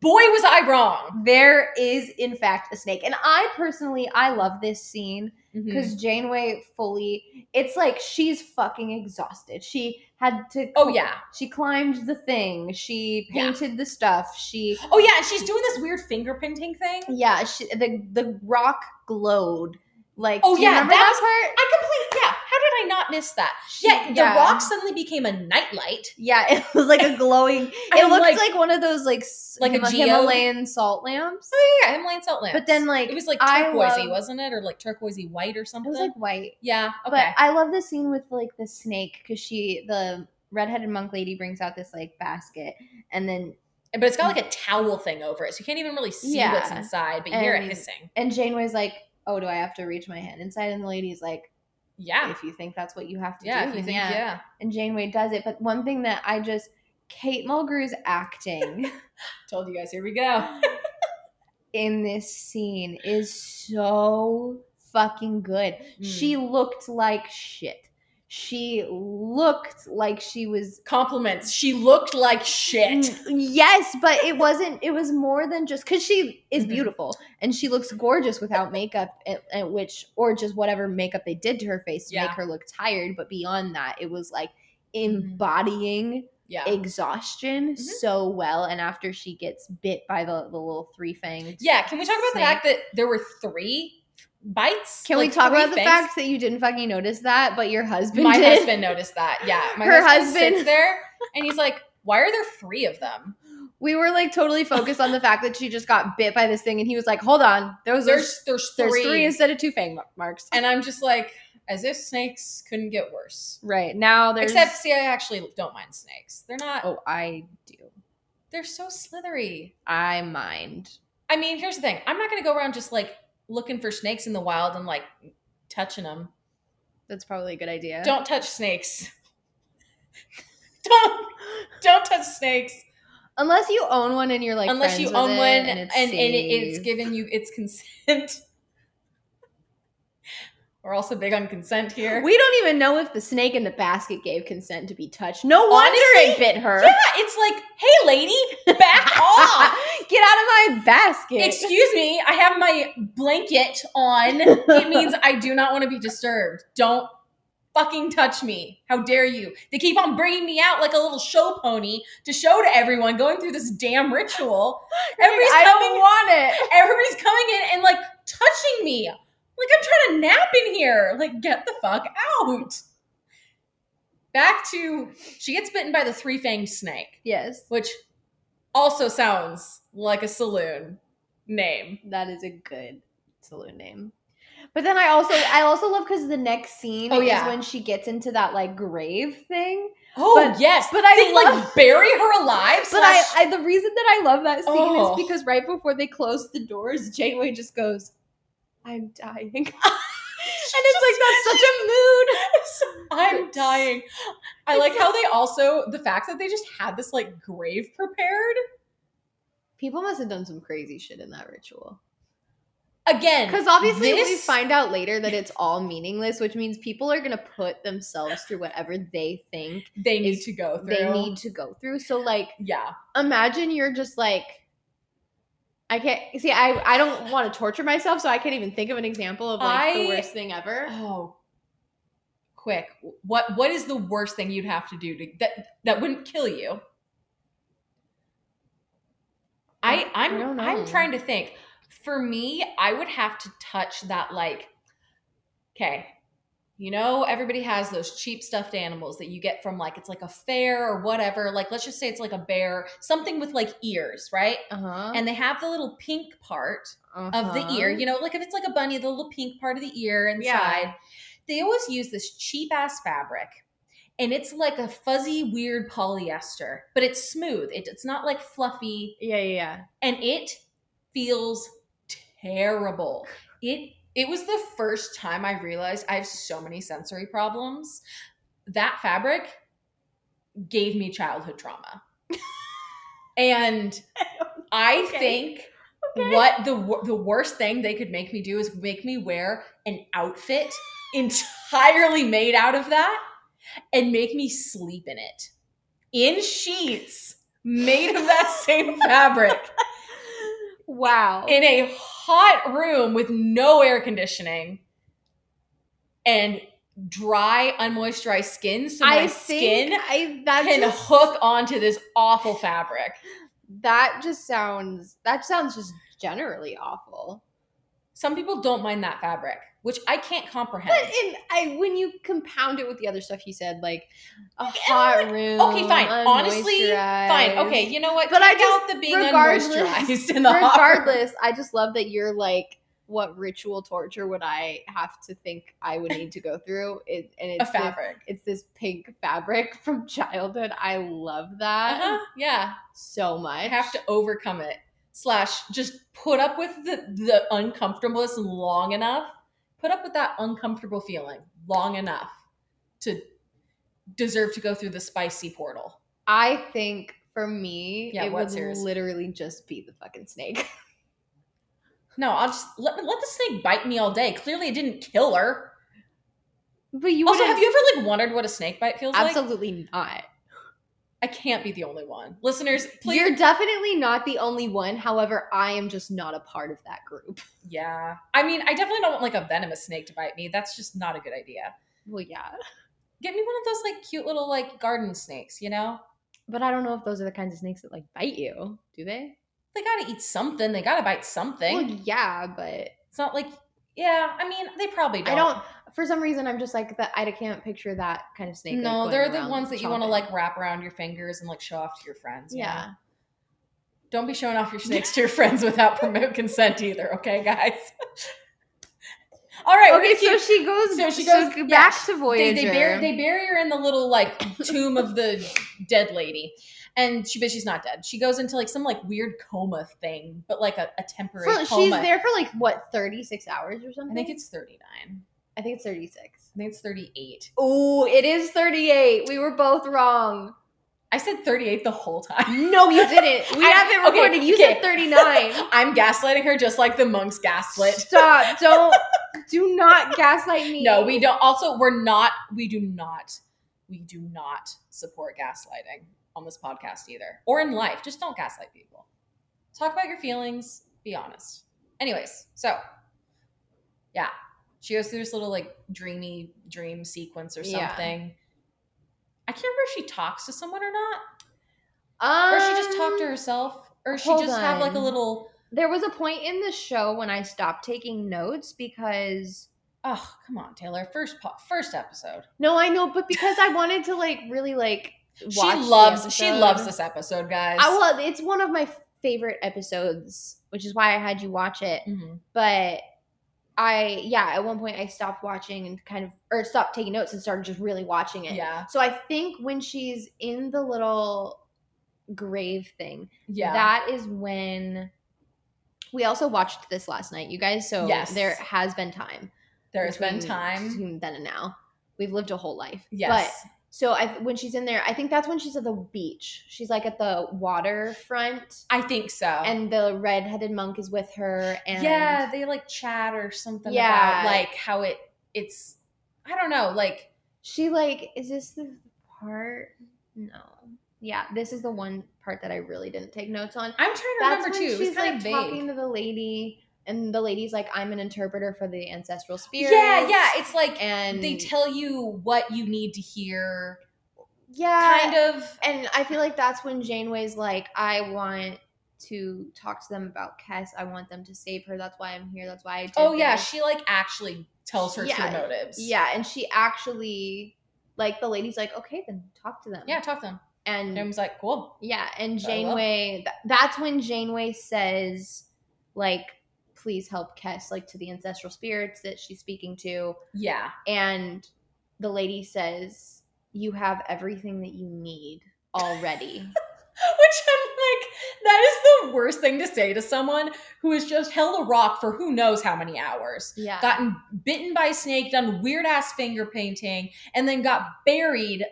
boy was i wrong
there is in fact a snake, and I personally I love this scene
Hmm.
because Janeway fully it's like she's fucking exhausted. She had to
oh yeah
she climbed the thing, she
Yeah.
painted the stuff, she
oh yeah and she's doing this weird finger pinting thing
yeah, she, the the rock glowed like
Oh,
do you
yeah,
remember
that
part
I completely yeah. How did I not miss that?
She-
Yeah, the rock suddenly became a nightlight.
Yeah, it was like a glowing. it
I'm
looked
like-
like, one of those like s-
Like a
Hima-
geode?
Himalayan salt lamps.
Yeah, Himalayan salt lamp.
But then like
it was like
I
turquoisey,
love-
wasn't it, or like turquoisey white or
it
something?
was like white.
yeah, okay.
But I love the scene with like the snake because she the redheaded monk lady brings out this like basket and then
But it's got like a towel thing over it, so you can't even really see what's
Yeah.
inside, but you hear it
And-
hissing.
And Janeway's like, "Oh, do I have to reach my hand inside?" And the lady's like,
Yeah.
"If you think that's what you have to
Yeah,
do,
if you
then
think, yeah.
And Janeway does it. But one thing that I just Kate Mulgrew's acting
Told you guys, here we go.
in this scene is so fucking good.
Mm.
She looked like shit. She looked like she was
Compliments. She looked like shit.
Mm, Yes, but it wasn't. It was more than just because she is
Mhm.
beautiful and she looks gorgeous without makeup, and, and which or just whatever makeup they did to her face to
Yeah. Mm-hmm.
make her look tired. But beyond that, it was like embodying
Yeah. Mm-hmm.
exhaustion so well. And after she gets bit by the, the little three fangs,
Yeah. Can we talk about the
Snake.
fact that there were three bites?
Can
Like,
we talk
three
about the
fangs?
fact that you didn't fucking notice that, but your husband
My
did?
husband noticed that. Yeah. My
Her
husband,
husband-
sits there and he's like, why are there three of them?
We were like totally focused on the fact that she just got bit by this thing, and he was like, "Hold on, those are."
There's there's three.
There's three instead of two fang mar- marks.
and I'm just like, as if snakes couldn't get worse.
Right now, there's
Except, see, I actually don't mind snakes. They're not.
oh, I do.
They're so slithery.
I mind.
I mean, here's the thing. I'm not going to go around just like looking for snakes in the wild and like touching them.
That's probably a good idea.
Don't touch snakes. don't don't touch snakes
unless you own one and you're like
unless you
friends with
own
it
one
and
and,
it's
and, it, it's
safe.
given you its consent. We're also big on consent here.
We don't even know if the snake in the basket gave consent to be touched. No wonder it bit her.
yeah, it's like, hey, lady, back off.
Get out of my basket.
Excuse me, I have my blanket on. It means I do not want to be disturbed. Don't fucking touch me. How dare you? They keep on bringing me out like a little show pony to show to everyone going through this damn ritual. Everybody's
I
coming
don't want it.
everybody's coming in and like touching me. Like I'm trying to nap in here. Like get the fuck out. Back to she gets bitten by the three-fanged snake,
Yes,
which also sounds like a saloon name.
that is a good saloon name. But then I also I also love because the next scene
Oh,
is
yeah.
when she gets into that like grave thing.
Oh
But-
yes,
but I
they like
love-
bury her alive.
But I, I, the reason that I love that scene
Oh.
is because right before they close the doors, Janeway just goes, "I'm dying," and it's like that's such a mood.
am dying. I like how they also the fact that they just had this like grave prepared
People must have done some crazy shit in that ritual
again
because obviously we
this-
find out later that it's all meaningless, which means people are gonna put themselves through whatever they think
they need
is-
to go through.
they need to go through. So like,
yeah.
imagine you're just like. I can't see. I, I don't want to torture myself, so I can't even think of an example of like
I-
the worst thing ever.
Oh, quick! What what is the worst thing you'd have to do to that that wouldn't kill you? I
I
I'm
don't
I'm
know.
trying to think. For me, I would have to touch that like. Okay, you know everybody has those cheap stuffed animals that you get from like it's like a fair or whatever. Like let's just say it's like a bear, something with like ears, right?
Uh-huh.
And they have the little pink part of the ear.
Uh-huh.
You know, like if it's like a bunny, the little pink part of the ear inside.
Yeah.
They always use this cheap ass fabric. And it's like a fuzzy, weird polyester, but it's smooth. It, it's not like fluffy,
Yeah, yeah, yeah.
and it feels terrible. It it was the first time I realized I have so many sensory problems. That fabric gave me childhood trauma, and I
Okay.
think
Okay.
what the wor- the worst thing they could make me do is make me wear an outfit entirely made out of that and make me sleep in it in sheets made of that same fabric
Wow.
in a hot room with no air conditioning and dry unmoisturized skin so my
I
skin
think I that
can
just,
hook onto this awful fabric
that just sounds that sounds just generally awful.
some people don't mind that fabric which i can't comprehend
But in I when you compound it with the other stuff you said, like a
Like,
hot room.
okay fine honestly fine
unmoisturized.
okay you know what
But I
Take
just-
out the being
regardless-
unmoisturized in the hot room.
Regardless, I just love that you're like what ritual torture would I have to think I would need to go through? It, and
a
it's this-
fabric.
it's this pink fabric from childhood. I love that
Uh-huh. Yeah.
so much.
I have to overcome it. Slash, just put up with the the uncomfortableness long enough. Put up with that uncomfortable feeling long enough to deserve to go through the spicy portal.
I think for me,
Yeah,
it would
what's yours?
literally just be the fucking snake.
No, I'll just let let the snake bite me all day. Clearly, it didn't kill her.
but you
Also,
wouldn't-
have you ever like wondered what a snake bite feels like?
absolutely not.
I can't be the only one, listeners. Please,
You're definitely not the only one. However, I am just not a part of that group.
yeah. I mean, I definitely don't want like a venomous snake to bite me. That's just not a good idea.
Well, yeah,
Get me one of those like cute little like garden snakes. You know,
but I don't know if those are the kinds of snakes that like bite you, do they?
they gotta eat something. They gotta bite something.
Well, yeah, but
It's not like, yeah, I mean, they probably
I
don't.
don't. For some reason, I'm just like that. I can't picture that kind of snake. like,
no,
going
they're the
around
ones that you want to
chomping.
like wrap around your fingers and like show off to your friends. you
Yeah.
know? Don't be showing off your snakes to your friends without permit consent either, okay, guys? All right,
Okay,
we're gonna
so
keep.
she goes.
so she goes- yeah,
back to
they,
Voyager.
they, bury, they bury her in the little like tomb of the dead lady, and she but she's not dead. She goes into like some like weird coma thing, but like a, a temporary
For- she's
coma.
there for like what 36 hours or something.
I think it's thirty nine.
I think it's 36.
I think it's thirty eight.
Oh, it is 38. We were both wrong.
I said thirty eight the whole time.
No, you didn't. We
I-
have it
okay,
recorded. you
okay.
said 39.
I'm gaslighting her just like the monks gaslit.
Stop. Don't do not gaslight me.
No, we don't. Also, we're not, we do not, we do not support gaslighting on this podcast either or in life. Just don't gaslight people. Talk about your feelings, be honest. Anyways, so yeah, she goes through this little like dreamy dream sequence or
Yeah.
something. I can't remember if she talks to someone or not,
Um,
or she just talked to herself, or she
hold
just have like a
on.
little,
There was a point in the show when I stopped taking notes because
oh, come on, Taylor. First, po- first episode.
no, I know, but because I wanted to like really like.
She
watch the
loves she
episode.
loves this episode, guys.
I well, it's one of my favorite episodes, which is why I had you watch it.
Mhm.
But I, yeah, at one point I stopped watching and kind of, or stopped taking notes and started just really watching it.
Yeah,
So I think when she's in the little grave thing,
yeah.
that is when we also watched this last night, you guys. So
Yes.
there has been time.
there has been
between-
time.
between then and now. We've lived a whole life. But
Yes,
so I, when she's in there, I think that's when she's at the beach. She's like at the waterfront,
I think so.
and the redheaded monk is with her. And
yeah, they like chat or something
Yeah.
about like how it it's. I don't know. Like
she like is this the part? No, yeah, this is the one part that I really didn't take notes on.
I'm trying to
That's
remember
when
too. It was
she's
kind
like
of vague.
talking to the lady, and the lady's like, "I'm an interpreter for the ancestral spirit."
yeah, yeah. It's like
and
they tell you what you need to hear.
yeah,
Kind of.
and I feel like that's when Janeway's like, I want to talk to them about Kess. I want them to save her. That's why I'm here. That's why I did
Oh yeah,
this."
she like actually tells her
Yeah,
true motives.
yeah, and she actually like the lady's like, okay, then talk to them.
yeah. Talk to them.
and
And I was like, cool.
yeah, and
I will.
Janeway. Th- that's when Janeway says, like, please help Kess, like to the ancestral spirits that she's speaking to,
Yeah,
and the lady says, you have everything that you need already.
Which I'm like, that is the worst thing to say to someone who has just held a rock for who knows how many hours,
yeah.
gotten bitten by a snake, done weird ass finger painting, and then got buried.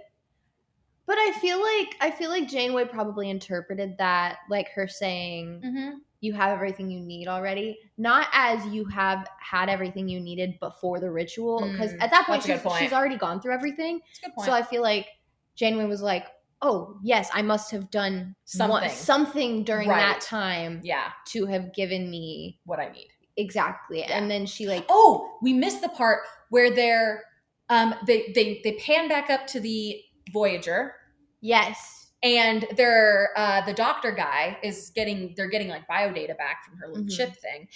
But I feel like I feel like Janeway probably interpreted that like her
Mm-hmm.
saying you have everything you need already, not as you have had everything you needed before the ritual, because
Mm,
at that point
that's a good
she's,
point.
she's already gone through everything.
That's a good point.
So I feel like Janeway was like, "Oh yes, I must have done one-
Something.
something during
Right.
that time
yeah,
to have given me
what I need.
exactly." And then she like,
Oh, we missed the part where they're um they they they pan back up to the Voyager
"Yes,
and they're uh, the doctor guy is getting they're getting like bio data back from her little
Mhm.
chip thing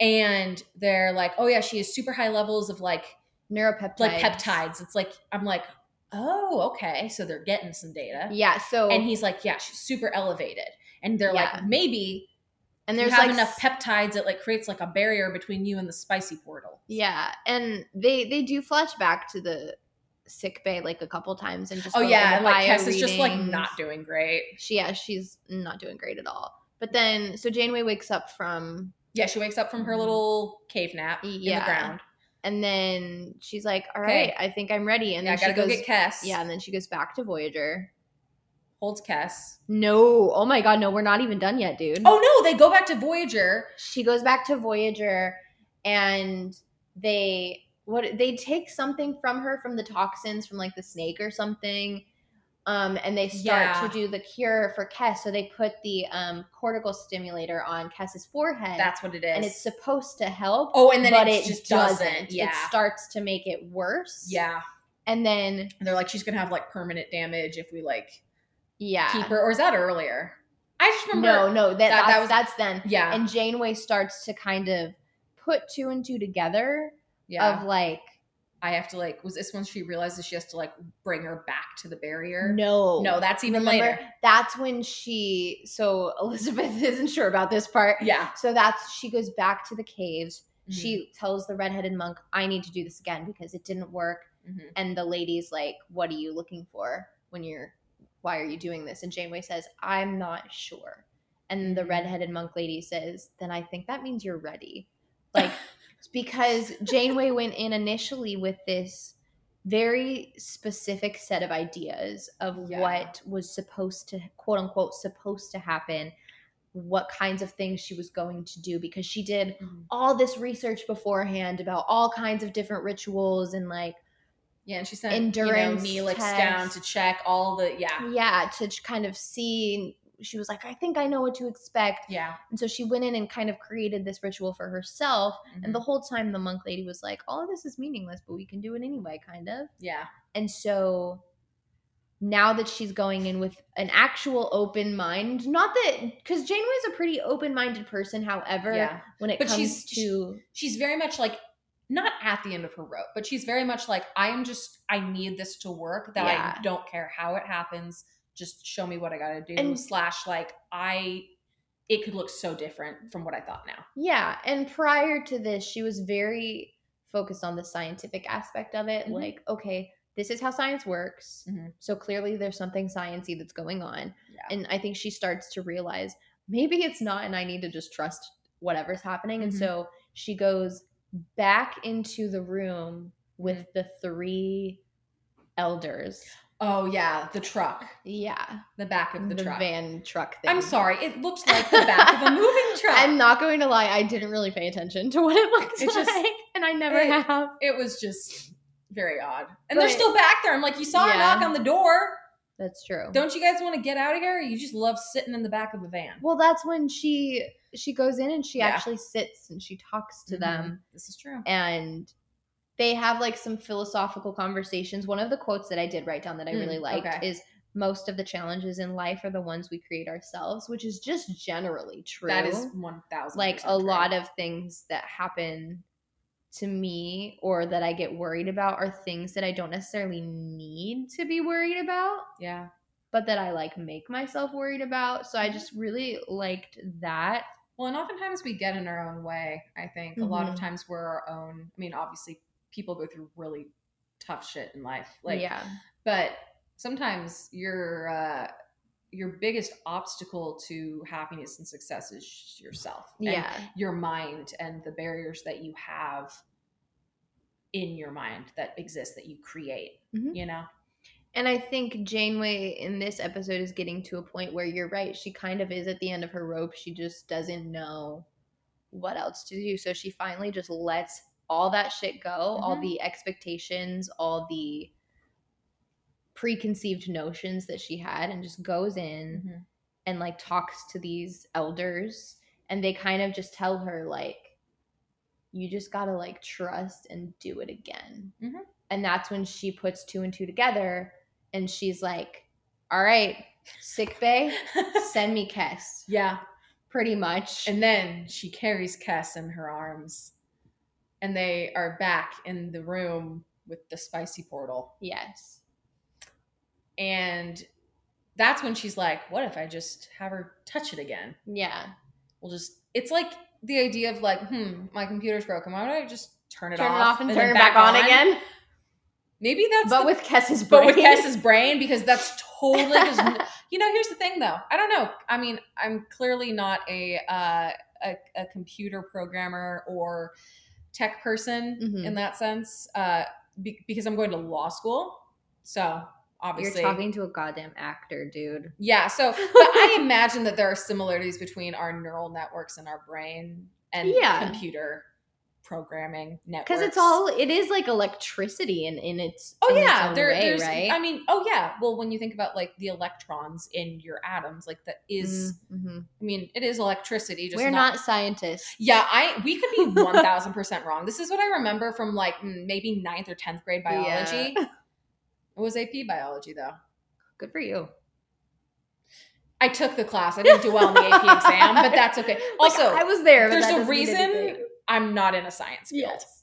and they're like oh yeah she has super high levels of like
neuropeptides,
like peptides it's like i'm like oh okay so they're getting some data
Yeah. So
and he's like yeah she's super elevated and they're
Yeah.
like maybe
And
There's
there's
you
like
have enough peptides that like creates like a barrier between you and the spicy portal.
Yeah, and they they do flash back to the sick bay like a couple times and just
Oh
go,
yeah,
the
and like
bio
Kess is just like not
readings.
doing great.
She yeah, she's not doing great at all. But then so Janeway wakes up from
Yeah, she wakes up from her
Mhm.
little cave nap in the
Mm-hmm. Yeah.
ground.
and then she's like, "All right,
Okay.
I think I'm ready." And
yeah, I
then she
gotta
goes
go get Kess.
Yeah, and then she goes back to Voyager.
holds Kess.
No, oh my god, no, we're not even done yet, dude.
Oh no, they go back to Voyager.
she goes back to Voyager and they what they take something from her from the toxins from like the snake or something um and they start
Yeah.
to do the cure for Kes so they put the um cortical stimulator on Kes's forehead
That's what it is.
and it's supposed to help
oh, and then
but it,
it, just
doesn't,
doesn't. Yeah,
it starts to make it worse
yeah.
and then
And they're like, she's gonna have like permanent damage if we like
yeah
keep her. Or is that earlier? I just remember.
no no that,
that
that's,
was-
that's then
Yeah.
and Janeway starts to kind of put two and two together
yeah.
of like
I have to like. Was this when she realizes she has to like bring her back to the barrier?
no
No, that's even
Remember,
later.
that's when she. So Elizabeth isn't sure about this part.
Yeah.
So that's she goes back to the caves. She
Mm-hmm.
tells the redheaded monk, "I need to do this again because it didn't work."
Mhm.
And the lady's like, "What are you looking for when you're? Why are you doing this?" And Janeway says, "I'm not sure." And the
Mhm.
redheaded monk lady says, "Then I think that means you're ready." Like because Janeway went in initially with this very specific set of ideas of
Yeah.
what was supposed to quote unquote supposed to happen, what kinds of things she was going to do because she did
Mhm.
all this research beforehand about all kinds of different rituals and like
Yeah, and she sent
Endurance
you know, Neelix
test. Mm-hmm.
down to check all the yeah
yeah to j- kind of see she was like I think I know what to expect
yeah.
and so she went in and kind of created this ritual for herself and the
Mm-hmm.
whole time the monk lady was like all of this is meaningless but we can do it anyway kind of
Mm-hmm. yeah
And so now that she's going in with an actual open mind, not that because Janeway's a pretty open minded person, however,
yeah.
when it
But
comes
she's-
to
She's very much like not at the end of her rope, but she's very much like I am just I need this to work. That
Yeah.
I don't care how it happens. Just show me what I got to do.
And-
slash like I it could look so different from what I thought now.
yeah. And prior to this, she was very focused on the scientific aspect of it.
Mhm.
Like, okay, this is how science works.
Mhm.
So clearly there's something sciencey that's going on.
Yeah.
And I think she starts to realize maybe it's not, and I need to just trust whatever's happening. And
Mhm.
so she goes back into the room with
Mm-hmm.
the three elders.
Oh yeah, the truck,
Yeah.
the back of the, truck.
van truck thing.
I'm sorry, it looked like the back of a moving truck.
I'm not going to lie, I didn't really pay attention to what it looked
It just-
like. And I never
it-
have.
it was just very odd. And they're
But-
still back there. I'm like, you saw her
Yeah.
knock on the door.
That's true.
Don't you guys want to get out of here? Or you just love sitting in the back of the van.
well, that's when she she goes in and she
Yeah. Mm-hmm.
actually sits and she talks to them
This is true.
and they have like some philosophical conversations. One of the quotes that I did write down that I
Mm,
really liked
okay.
is most of the challenges in life are the ones we create ourselves, which is just generally true.
That is one thousand.
like a lot of things that happen to me or that I get worried about are things that I don't necessarily need to be worried about,
yeah.
but that I like make myself worried about. So I just really liked that.
Well, and oftentimes we get in our own way. I think a lot of
Mhm.
times we're our own. I mean, obviously, people go through really tough shit in life. Like,
yeah.
but sometimes your uh, your biggest obstacle to happiness and success is yourself. And
Yeah.
your mind and the barriers that you have in your mind that exist that you create
Mhm.
you know
And I think Janeway in this episode is getting to a point where you're right. She kind of is at the end of her rope. She just doesn't know what else to do. So she finally just lets all that shit go, all
Mhm.
the expectations, all the preconceived notions that she had, and just goes in and like talks to these elders. And they kind of just tell her, like, you just gotta like trust and do it again
Mm-hmm.
and that's when she puts two and two together and she's like all right sick bay send me kess
yeah
pretty much
and then she carries kess in her arms and they are back in the room with the spicy portal
yes
and that's when she's like what if i just have her touch it again
yeah
we'll just it's like the idea of like, hmm, my computer's broken. Why would I just turn it,
turn
off,
it off and turn
then
it back, on, again.
Maybe that's
But
the-
with Kess's brain.
but with Kess's brain because that's totally because you know here's the thing though I don't know I mean I'm clearly not a uh, a, a computer programmer or tech person
Mhm.
in that sense uh, be- because I'm going to law school so
You're
obviously
talking to a goddamn actor, dude.
yeah so but I imagine that there are similarities between our neural networks and our brain and
Yeah.
computer programming networks
Because it's all it is like electricity in, in its
Oh
in its
yeah,
own
there,
way,
there's.
right?
I mean, oh yeah. Well, when you think about like the electrons in your atoms, like that is.
Mhm.
I mean, it is electricity. Just
We're not, scientists.
Yeah, I we could be one thousand percent wrong. This is what I remember from like mm, maybe ninth or tenth grade biology. It was AP biology though.
Good for you.
I took the class. I didn't do well in the AP exam, but that's okay.
Like,
Also,
I was there. but
there's
that
a
doesn't mean
reason-
anything.
I'm not in a science field.
Yes.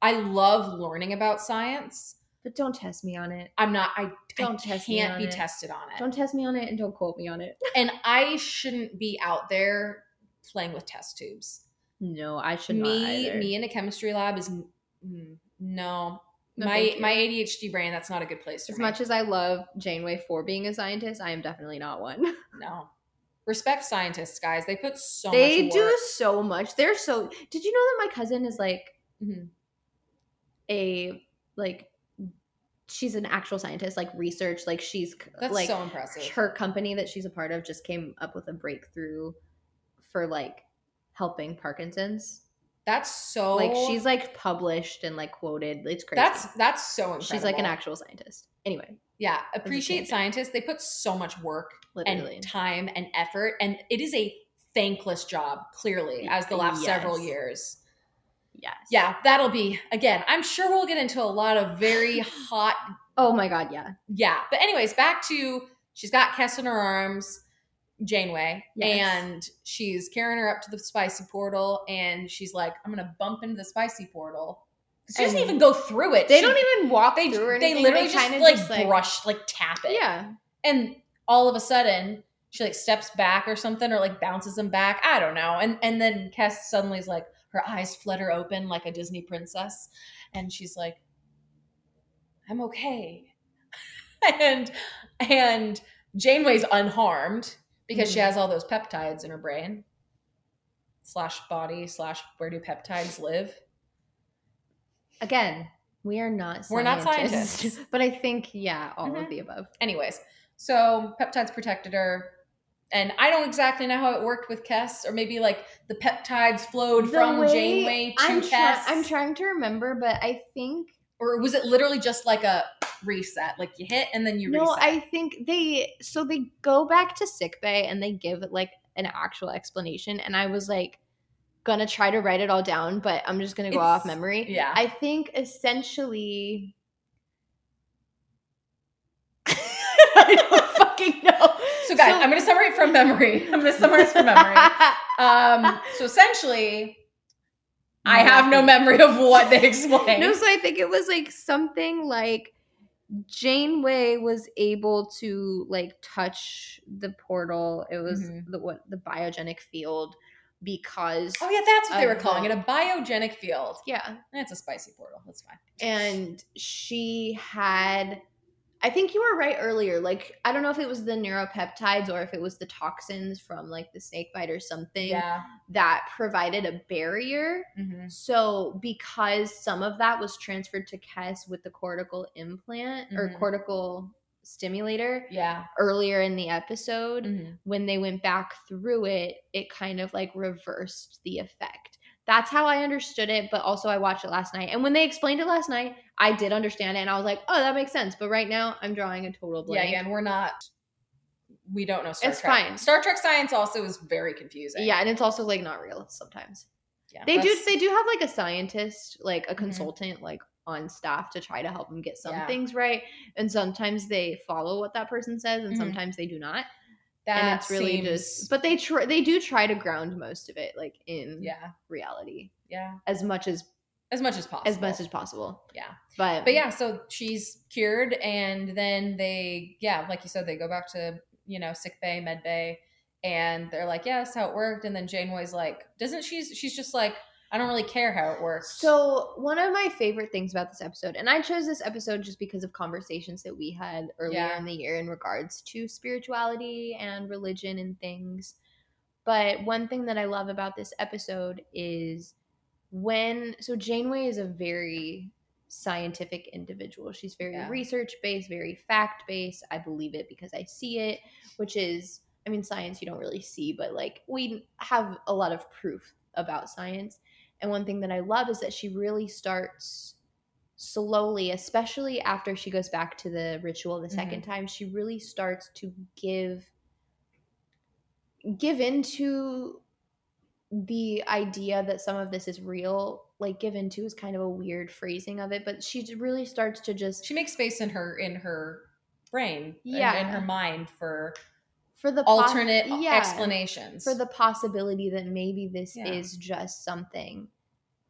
I love learning about science.
But don't test me on it.
I'm not. I
Don't
I
test me
can't
on
be
it.
tested on it.
Don't test me on it and don't quote me on it.
and I shouldn't be out there playing with test tubes.
No, I should not.
Me,
either.
me in a chemistry lab is n- mm, no.
No,
my
thank you.
my ADHD brain, that's not a good place for
As
me.
much as I love Janeway for being a scientist, I am definitely not one.
no. Respect scientists, guys. They put so
they
much
do
work.
so much. They're so. Did you know that my cousin is like mm-hmm,
Mhm.
a like she's an actual scientist, like research, like she's c-
That's
like
so impressive.
her company that she's a part of just came up with a breakthrough for like helping Parkinson's.
that's so
Like she's like published and like quoted. It's crazy.
Oh. that's that's so incredible.
she's like an actual scientist. Anyway,
yeah. Appreciate
tangent.
scientists. They put so much work
literally.
and time and effort, and it is a thankless job. Clearly, as the last several
Yes.
years.
yes.
yeah, that'll be again. I'm sure we'll get into a lot of very hot.
Oh my god, yeah.
Yeah, but anyways, back to she's got Kess in her arms, Janeway,
Yes.
and she's carrying her up to the spicy portal, and she's like, "I'm gonna bump into the spicy portal." She doesn't
And
even go through it.
They
She-
don't even walk
They
through or
they
anything.
literally just,
kinda
like, brush like tap it.
Yeah.
and all of a sudden she like steps back or something or like bounces him back i don't know and and then kess suddenly is like her eyes flutter open like a disney princess and she's like i'm okay and and janeway's unharmed because she
Mhm.
has all those peptides in her brain slash body slash where do peptides live
Again, we are not. Scientists,
We're not scientists.
but I think yeah, all
Mhm.
of the above.
anyways so peptides protected her and i don't exactly know how it worked with kess or maybe like the peptides flowed from
way-
janeway to
I'm
kess
try- I'm trying to remember, but I think
or was it literally just like a reset like you hit and then you
no,
reset
I think they so they go back to sick bay and they give like an actual explanation, and I was like gonna try to write it all down, but I'm just gonna go off
It's-
memory.
yeah.
I think essentially. I don't fucking know.
so guys i'm gonna summarize from memory i'm gonna summarize from memory um so essentially i have no memory of what they explained
No, so I think it was like something like Janeway was able to like touch the portal. It was
Mhm.
the what the biogenic field because
oh yeah that's what they were
Uh,
calling it a biogenic field
yeah,
Eh, it's a spicy portal that's fine
and she had. I think you were right earlier. Like I don't know if it was the neuropeptides or if it was the toxins from like the snake bite or something
yeah
that provided a barrier.
Mhm.
So, because some of that was transferred to Kes with the cortical implant or
Mhm.
cortical stimulator
yeah
earlier in the episode,
Mhm.
when they went back through it, it kind of like reversed the effect. That's how I understood it, but also I watched it last night. And when they explained it last night, I did understand it and I was like, oh, that makes sense. But right now, I'm drawing a total
Yeah,
blank.
again, we're not. We don't know Star
It's
Trek.
fine.
Star Trek science also is very confusing.
Yeah, and it's also like not real sometimes.
Yeah,
They do
that's-
they do have like a scientist, like a consultant like on staff to try to help them get some
Mm-hmm. Yeah.
things right. And sometimes they follow what that person says and
Mhm.
sometimes they do not.
that
and it's really
seems-
just but they try they do try to ground most of it like in
yeah,
reality
yeah,
as much as
as much as possible.
as much as possible.
Yeah.
But
But yeah, so she's cured, and then they, yeah, like you said, they go back to you know sick bay, med bay, and they're like, "Yeah, that's how it worked." And then Janeway's like, "Doesn't she's she's just like, I don't really care how it works."
So, one of my favorite things about this episode, and I chose this episode just because of conversations that we had earlier
Yeah.
in the year in regards to spirituality and religion and things. But one thing that I love about this episode is when, so Janeway is a very scientific individual. She's very
Yeah.
research based, very fact based. I believe it because I see it, which is, I mean, science you don't really see, but like we have a lot of proof about science. And one thing that I love is that she really starts slowly, especially after she goes back to the ritual the 2nd time, she really starts to give give into the idea that some of this is real. Like give into is kind of a weird phrasing of it, but she really starts to just
she makes space in her in her brain, and-
Yeah.
and in her mind for
for the pos-
alternate
yeah.
explanations
for the possibility that maybe this
Yeah.
is just something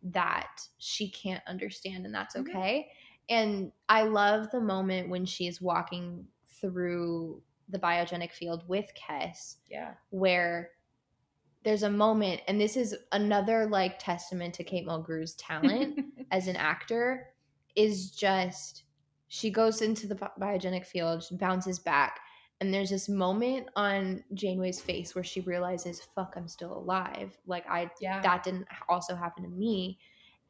that she can't understand and that's
Mhm.
okay. And I love the moment when she is walking through the biogenic field with Kess
yeah
where there's a moment and this is another like testament to Kate Mulgrew's talent as an actor is just she goes into the bi- biogenic field, she bounces back, and there's this moment on Janeway's face where she realizes, "Fuck, I'm still alive." Like I
yeah
that didn't h- also happen to me.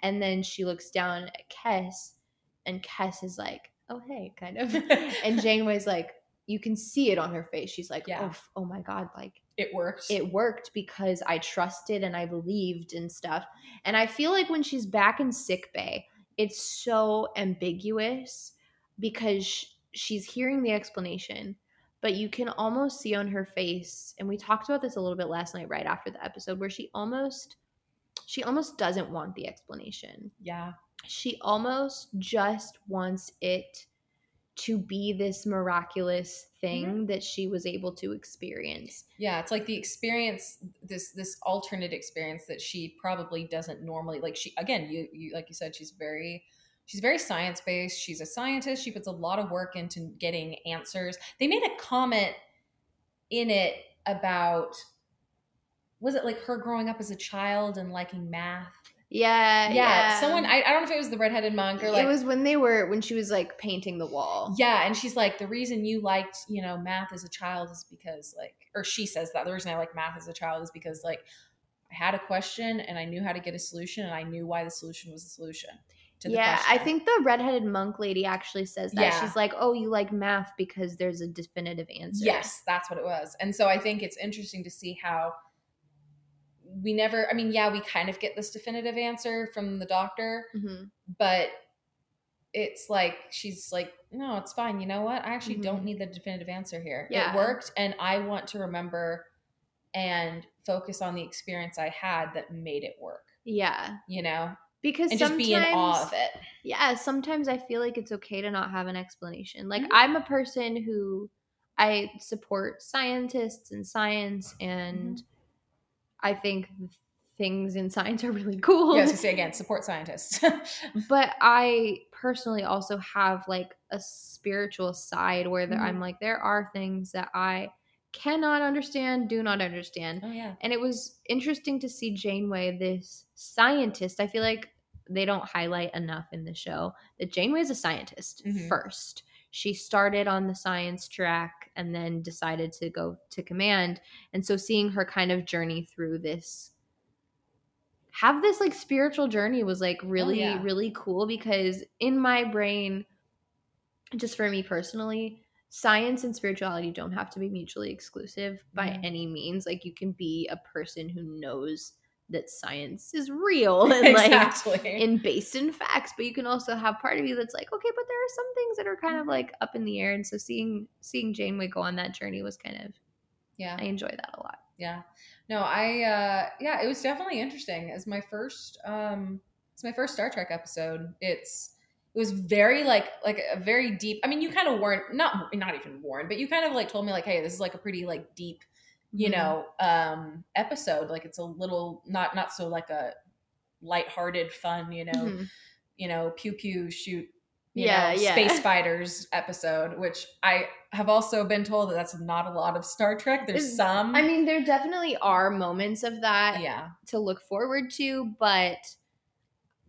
And then she looks down at Kess, and Kess is like, "Oh hey," kind of, and Janeway's like, "You can see it on her face." She's like,
Yeah.
"Oh, f- oh my god!" Like
it works
it worked because I trusted and I believed and stuff. And I feel like when she's back in sick bay, it's so ambiguous because sh- she's hearing the explanation, but you can almost see on her face. And we talked about this a little bit last night right after the episode where she almost she almost doesn't want the explanation.
yeah
She almost just wants it to be this miraculous thing that she was able to experience.
yeah it's like the experience this this alternate experience that she probably doesn't normally like she again you you like you said she's very she's very science based she's a scientist she puts a lot of work into getting answers they made a comment in it about was it like her growing up as a child and liking math
Uh, Yeah,
yeah, someone I, I don't know if it was the redheaded monk or like
it was when they were when she was like painting the wall.
Yeah, and she's like, the reason you liked, you know, math as a child is because like, or she says that the reason I like math as a child is because like I had a question and I knew how to get a solution and I knew why the solution was the solution to the
yeah.
question.
I think the redheaded monk lady actually says that
Yeah.
she's like, "Oh, you like math because there's a definitive answer."
yes, that's what it was. And so I think it's interesting to see how we never. I mean, yeah, we kind of get this definitive answer from the doctor,
Mhm.
but it's like she's like no it's fine you know what i actually
Mhm.
don't need the definitive answer here
Yeah.
it worked and i want to remember and focus on the experience i had that made it work
Yeah,
you know
because
and just
sometimes,
be in awe of it
yeah, sometimes I feel like it's okay to not have an explanation.
Mm-hmm.
Like I'm a person who I support scientists and science,
Mm-hmm.
and I think things in science are really cool.
yeah, I was gonna say again support scientists
but I personally also have like a spiritual side where there, I'm like, there are things that I cannot understand, do not understand.
oh yeah
And it was interesting to see Janeway, this scientist. I feel like they don't highlight enough in the show that Janeway is a scientist
Mhm.
first. She started on the science track and then decided to go to command. And so seeing her kind of journey through this have this like spiritual journey was like really
Oh, yeah.
really cool because in my brain just for me personally science and spirituality don't have to be mutually exclusive by
Mhm.
any means like you can be a person who knows that science is real and like
exactly
and based in facts but you can also have part of you that's like okay but there are some things that are kind of like up in the air and so seeing seeing janeway go on that journey was kind of
yeah
i enjoy that a lot
yeah no i uh yeah it was definitely interesting as my first um it's my first star trek episode it's it was very like like a very deep i mean you kind of weren't not not even warned but you kind of like told me like hey this is like a pretty like deep you
Mhm.
know um episode like it's a little not not so like a lighthearted fun you know
Mhm.
you know pew pew shoot you
Yeah,
know,
yeah.
space fighters episode, which I have also been told that that's not a lot of Star Trek. There's
Is-
some.
I mean, there definitely are moments of that
yeah.
to look forward to, but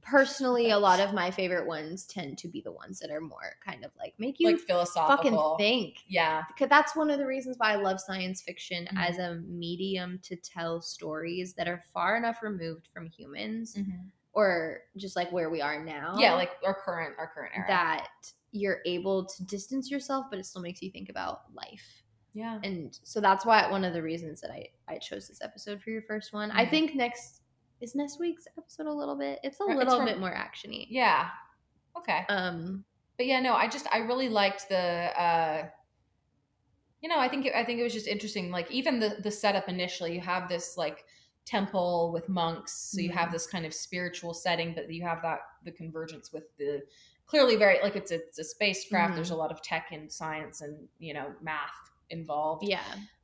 personally, a lot of my favorite ones tend to be the ones that are more kind of like make you
like
fucking
philosophical.
think.
Yeah.
Because that's one of the reasons why I love science fiction
Mhm.
as a medium to tell stories that are far enough removed from humans or just like where we are now.
Mm-hmm. Yeah, like our current our current era.
that you're able to distance yourself, but it still makes you think about life.
Yeah.
And so that's why one of the reasons that I I chose this episode for your first one. I
Mhm.
think next is next week's episode a little bit. It's a
Right, it's
little
from-
bit more actiony.
Yeah. Okay.
Um.
but yeah, no, I just I really liked the uh you know, I think it, I think it was just interesting like even the the setup initially you have this like temple with monks, so you
Mm-hmm.
have this kind of spiritual setting but you have that the convergence with the clearly very like it's a, it's a spacecraft,
Mhm.
there's a lot of tech and science and, you know, math involved
Yeah.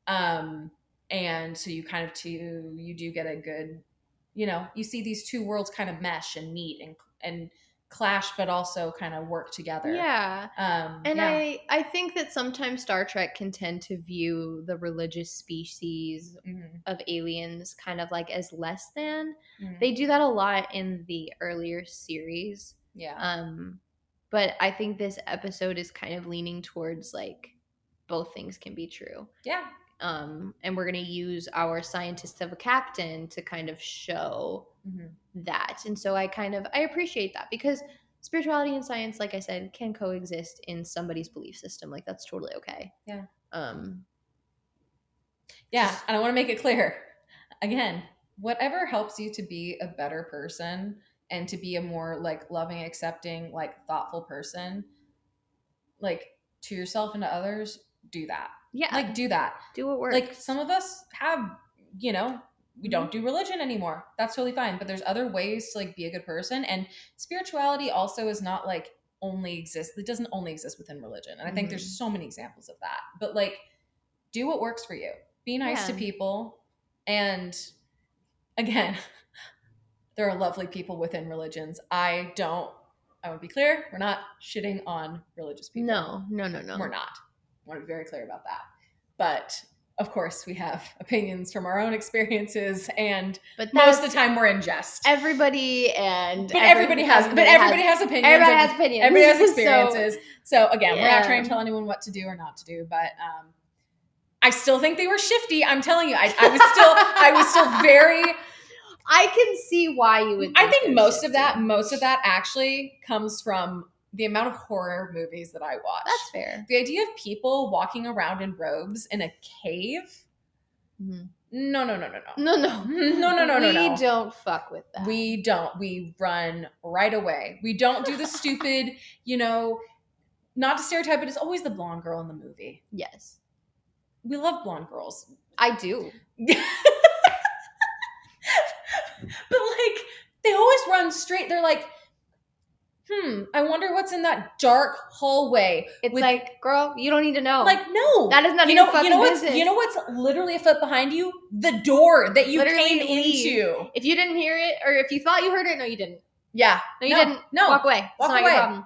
um and so you kind of to you do get a good you know you see these two worlds kind of mesh and meet and and clash but also kind of work together
Yeah.
um
And
yeah.
I I think that sometimes Star Trek can tend to view the religious species
Mhm,
of aliens kind of like as less than.
mhm.
They do that a lot in the earlier series.
yeah
Um, but I think this episode is kind of leaning towards like both things can be true.
yeah
Um, and we're going to use our scientist of a captain to kind of show
Mhm.
that. And so I kind of I appreciate that because spirituality and science, like I said, can coexist in somebody's belief system. Like that's totally okay.
Yeah.
Um,
yeah and i want to make it clear again whatever helps you to be a better person and to be a more like loving accepting like thoughtful person like to yourself and to others do that
yeah.
like do that
do what works. Mm-hmm.
like some of us have you know we don't do religion anymore that's totally fine but there's other ways to like be a good person and spirituality also is not like only exists it doesn't only exist within religion and i think there's
Mm-hmm.
so many examples of that but like do what works for you be nice to
Yeah.
people and again there are lovely people within religions i don't i want to be clear we're not shitting on religious people
no, no, no, no.
we're not. I want to be very clear about that. But of course, we have opinions from our own experiences, and
But that's
most of the time we're in jest.
everybody and
but everybody, has, but everybody has, opinions.
Everybody has opinions.
everybody has
So-
experiences. so, again, we're
Yeah.
not trying to tell anyone what to do or not to do. But um, I still think they were shifty. I'm telling you, I, I was still, I was still very.
I can see why you would.
I think
they're
most of
shifty.
that, most of that actually comes from the amount of horror movies that I watch.
That's fair.
the idea of people walking around in robes in a cave
Mhm.
no no no no no
No, no,
No, no, no, no,
We
no.
don't fuck with that.
we don't we run right away we don't do the stupid you know not to stereotype but it's always the blonde girl in the movie
yes,
we love blonde girls
I do.
but like they always run straight they're like hmm i wonder what's in that dark hallway
It's
With-
like, girl, you don't need to know.
like no
that is not
you
your
know,
fucking
you know what's
business.
you know what's literally a foot behind you? The door that you
Literally
came
leave.
into.
if you didn't hear it, or if you thought you heard it, no, you didn't.
Yeah.
No, you
No,
didn't.
no.
walk away. it's
Walk
not your
away.
problem.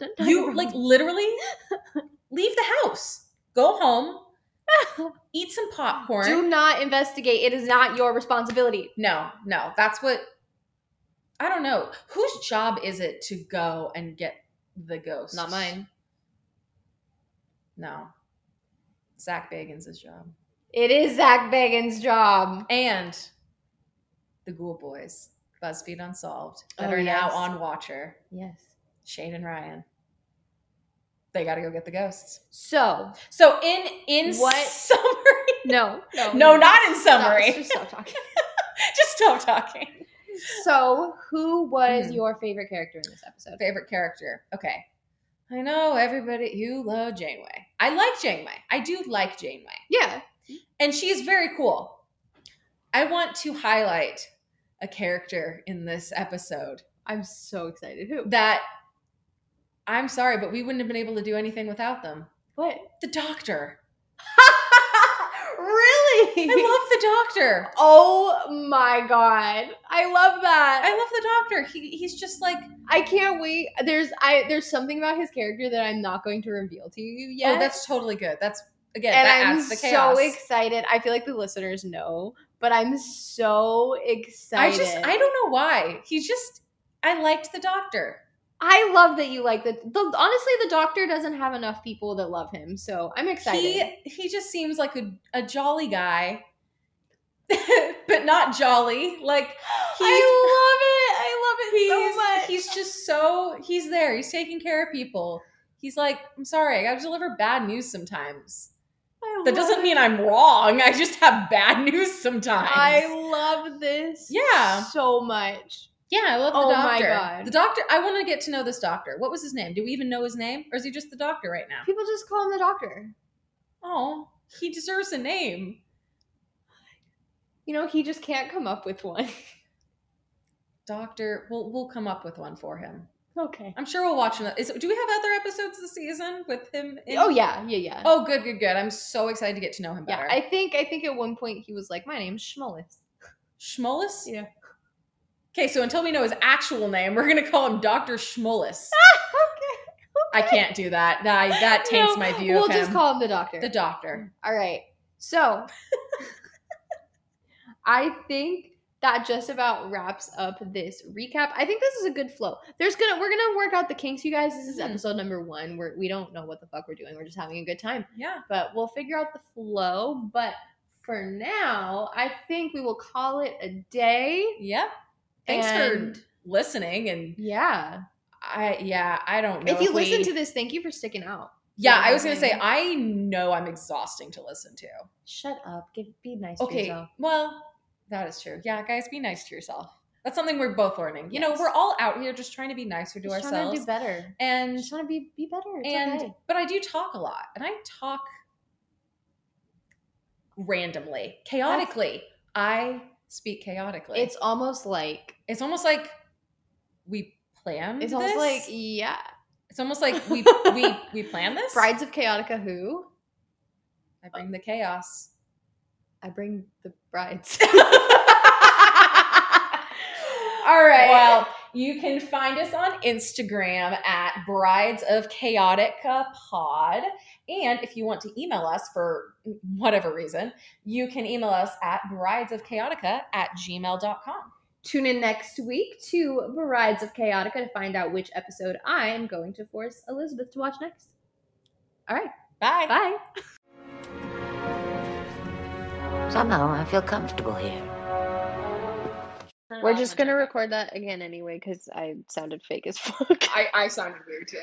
Not your
You
problem.
like literally leave the house. Go home. Eat some popcorn.
do not investigate. It is not your responsibility.
no, no. That's what I don't know. Whose job is it to go and get the ghost?
Not mine.
No. Zach Bagans' job.
It is Zach Bagans' job.
And the Ghoul Boys, BuzzFeed Unsolved, that
Oh,
are now
yes.
on Watcher.
Yes.
Shane and Ryan. They got to go get the ghosts.
So
So in in
What-
summary,
no, no,
no, not in
Stop,
summary.
just stop talking.
Just stop talking.
So, who was
Mhm.
your favorite character in this episode?
Favorite character. Okay, I know everybody. You love Janeway. I like Janeway. I do like Janeway,
Yeah.
and she is very cool. I want to highlight a character in this episode
I'm so excited. Who?
that I'm sorry, but we wouldn't have been able to do anything without them.
What?
The Doctor.
really?
I love the doctor.
Oh my god. I love that.
I love the doctor. He he's just like
I can't wait. There's I there's something about his character that I'm not going to reveal to you yet.
oh, that's totally good. That's again
and
that
I'm
adds the
so
chaos.
excited. I feel like the listeners know, but I'm so
I
excited.
just I don't know why. He just I liked the doctor.
I love that you like the, the honestly the doctor doesn't have enough people that love him, so I'm excited.
He he just seems like a, a jolly guy. but not jolly. Like he's
I love it. I love it
he's,
so much.
he's just so he's there. He's taking care of people. He's like, I'm sorry, I gotta deliver bad news sometimes.
I
That
love
doesn't
it.
mean I'm wrong. I just have bad news sometimes.
I love this.
Yeah.
so much.
yeah, I love
Oh
the
my
doctor.
God.
The doctor. I want to get to know this doctor. What was his name? Do we even know his name, or is he just the doctor right now?
People just call him the doctor.
Oh, he deserves a name.
You know, he just can't come up with one.
Doctor. We'll we'll come up with one for him.
okay.
I'm sure we'll watch another. Is, do we have other episodes this season with him? in-
Oh yeah, yeah, yeah.
Oh, good, good, good. I'm so excited to get to know him
yeah.
better.
I think I think at one point he was like, "My name's Schmollis."
Schmollis?
Yeah.
Okay, so until we know his actual name, we're gonna call him Dr. Schmollis.
Oh, okay.
I can't do that. That, that taints
No,
my view
We'll
of him.
just call him the doctor.
the doctor.
All right. So I think that just about wraps up this recap. I think this is a good flow. There's gonna we're gonna work out the kinks, you guys. This is
Mhm.
episode number one. We're we don't know what the fuck we're doing. We're just having a good time.
Yeah.
But we'll figure out the flow. But for now, I think we will call it a day.
Yep. Thanks
And-
for listening. And
Yeah.
I yeah, I don't know.
if you listen
we-
to this, thank you for sticking out.
Yeah, I was gonna say
Mhm.
I know I'm exhausting to listen to.
Shut up. Give be nice to
Okay.
yourself.
Well, that is true. Yeah, guys, be nice to yourself. That's something we're both learning. You know,
Yes.
we're all out here just trying to be nicer to
Just trying
ourselves.
to do better.
and
Just trying to be be better. It's
and
okay.
but I do talk a lot, and I talk randomly, chaotically. I speak chaotically.
It's almost like
it's almost like we plan.
it's almost
this.
like yeah,
it's almost like we we we plan this.
Brides of Chaotica. Who
I bring the chaos.
I bring the brides.
All
right.
Well, you can find us on Instagram at Brides of Chaotica Pod. And if you want to email us for whatever reason, you can email us at brides of chaotica at gmail.com.
Tune in next week to Brides of Chaotica to find out which episode I am going to force Elizabeth to watch next. All right,
Bye.
bye.
Somehow I feel comfortable here.
We're just gonna record that again anyway because I sounded fake as fuck.
I, I sounded weird too.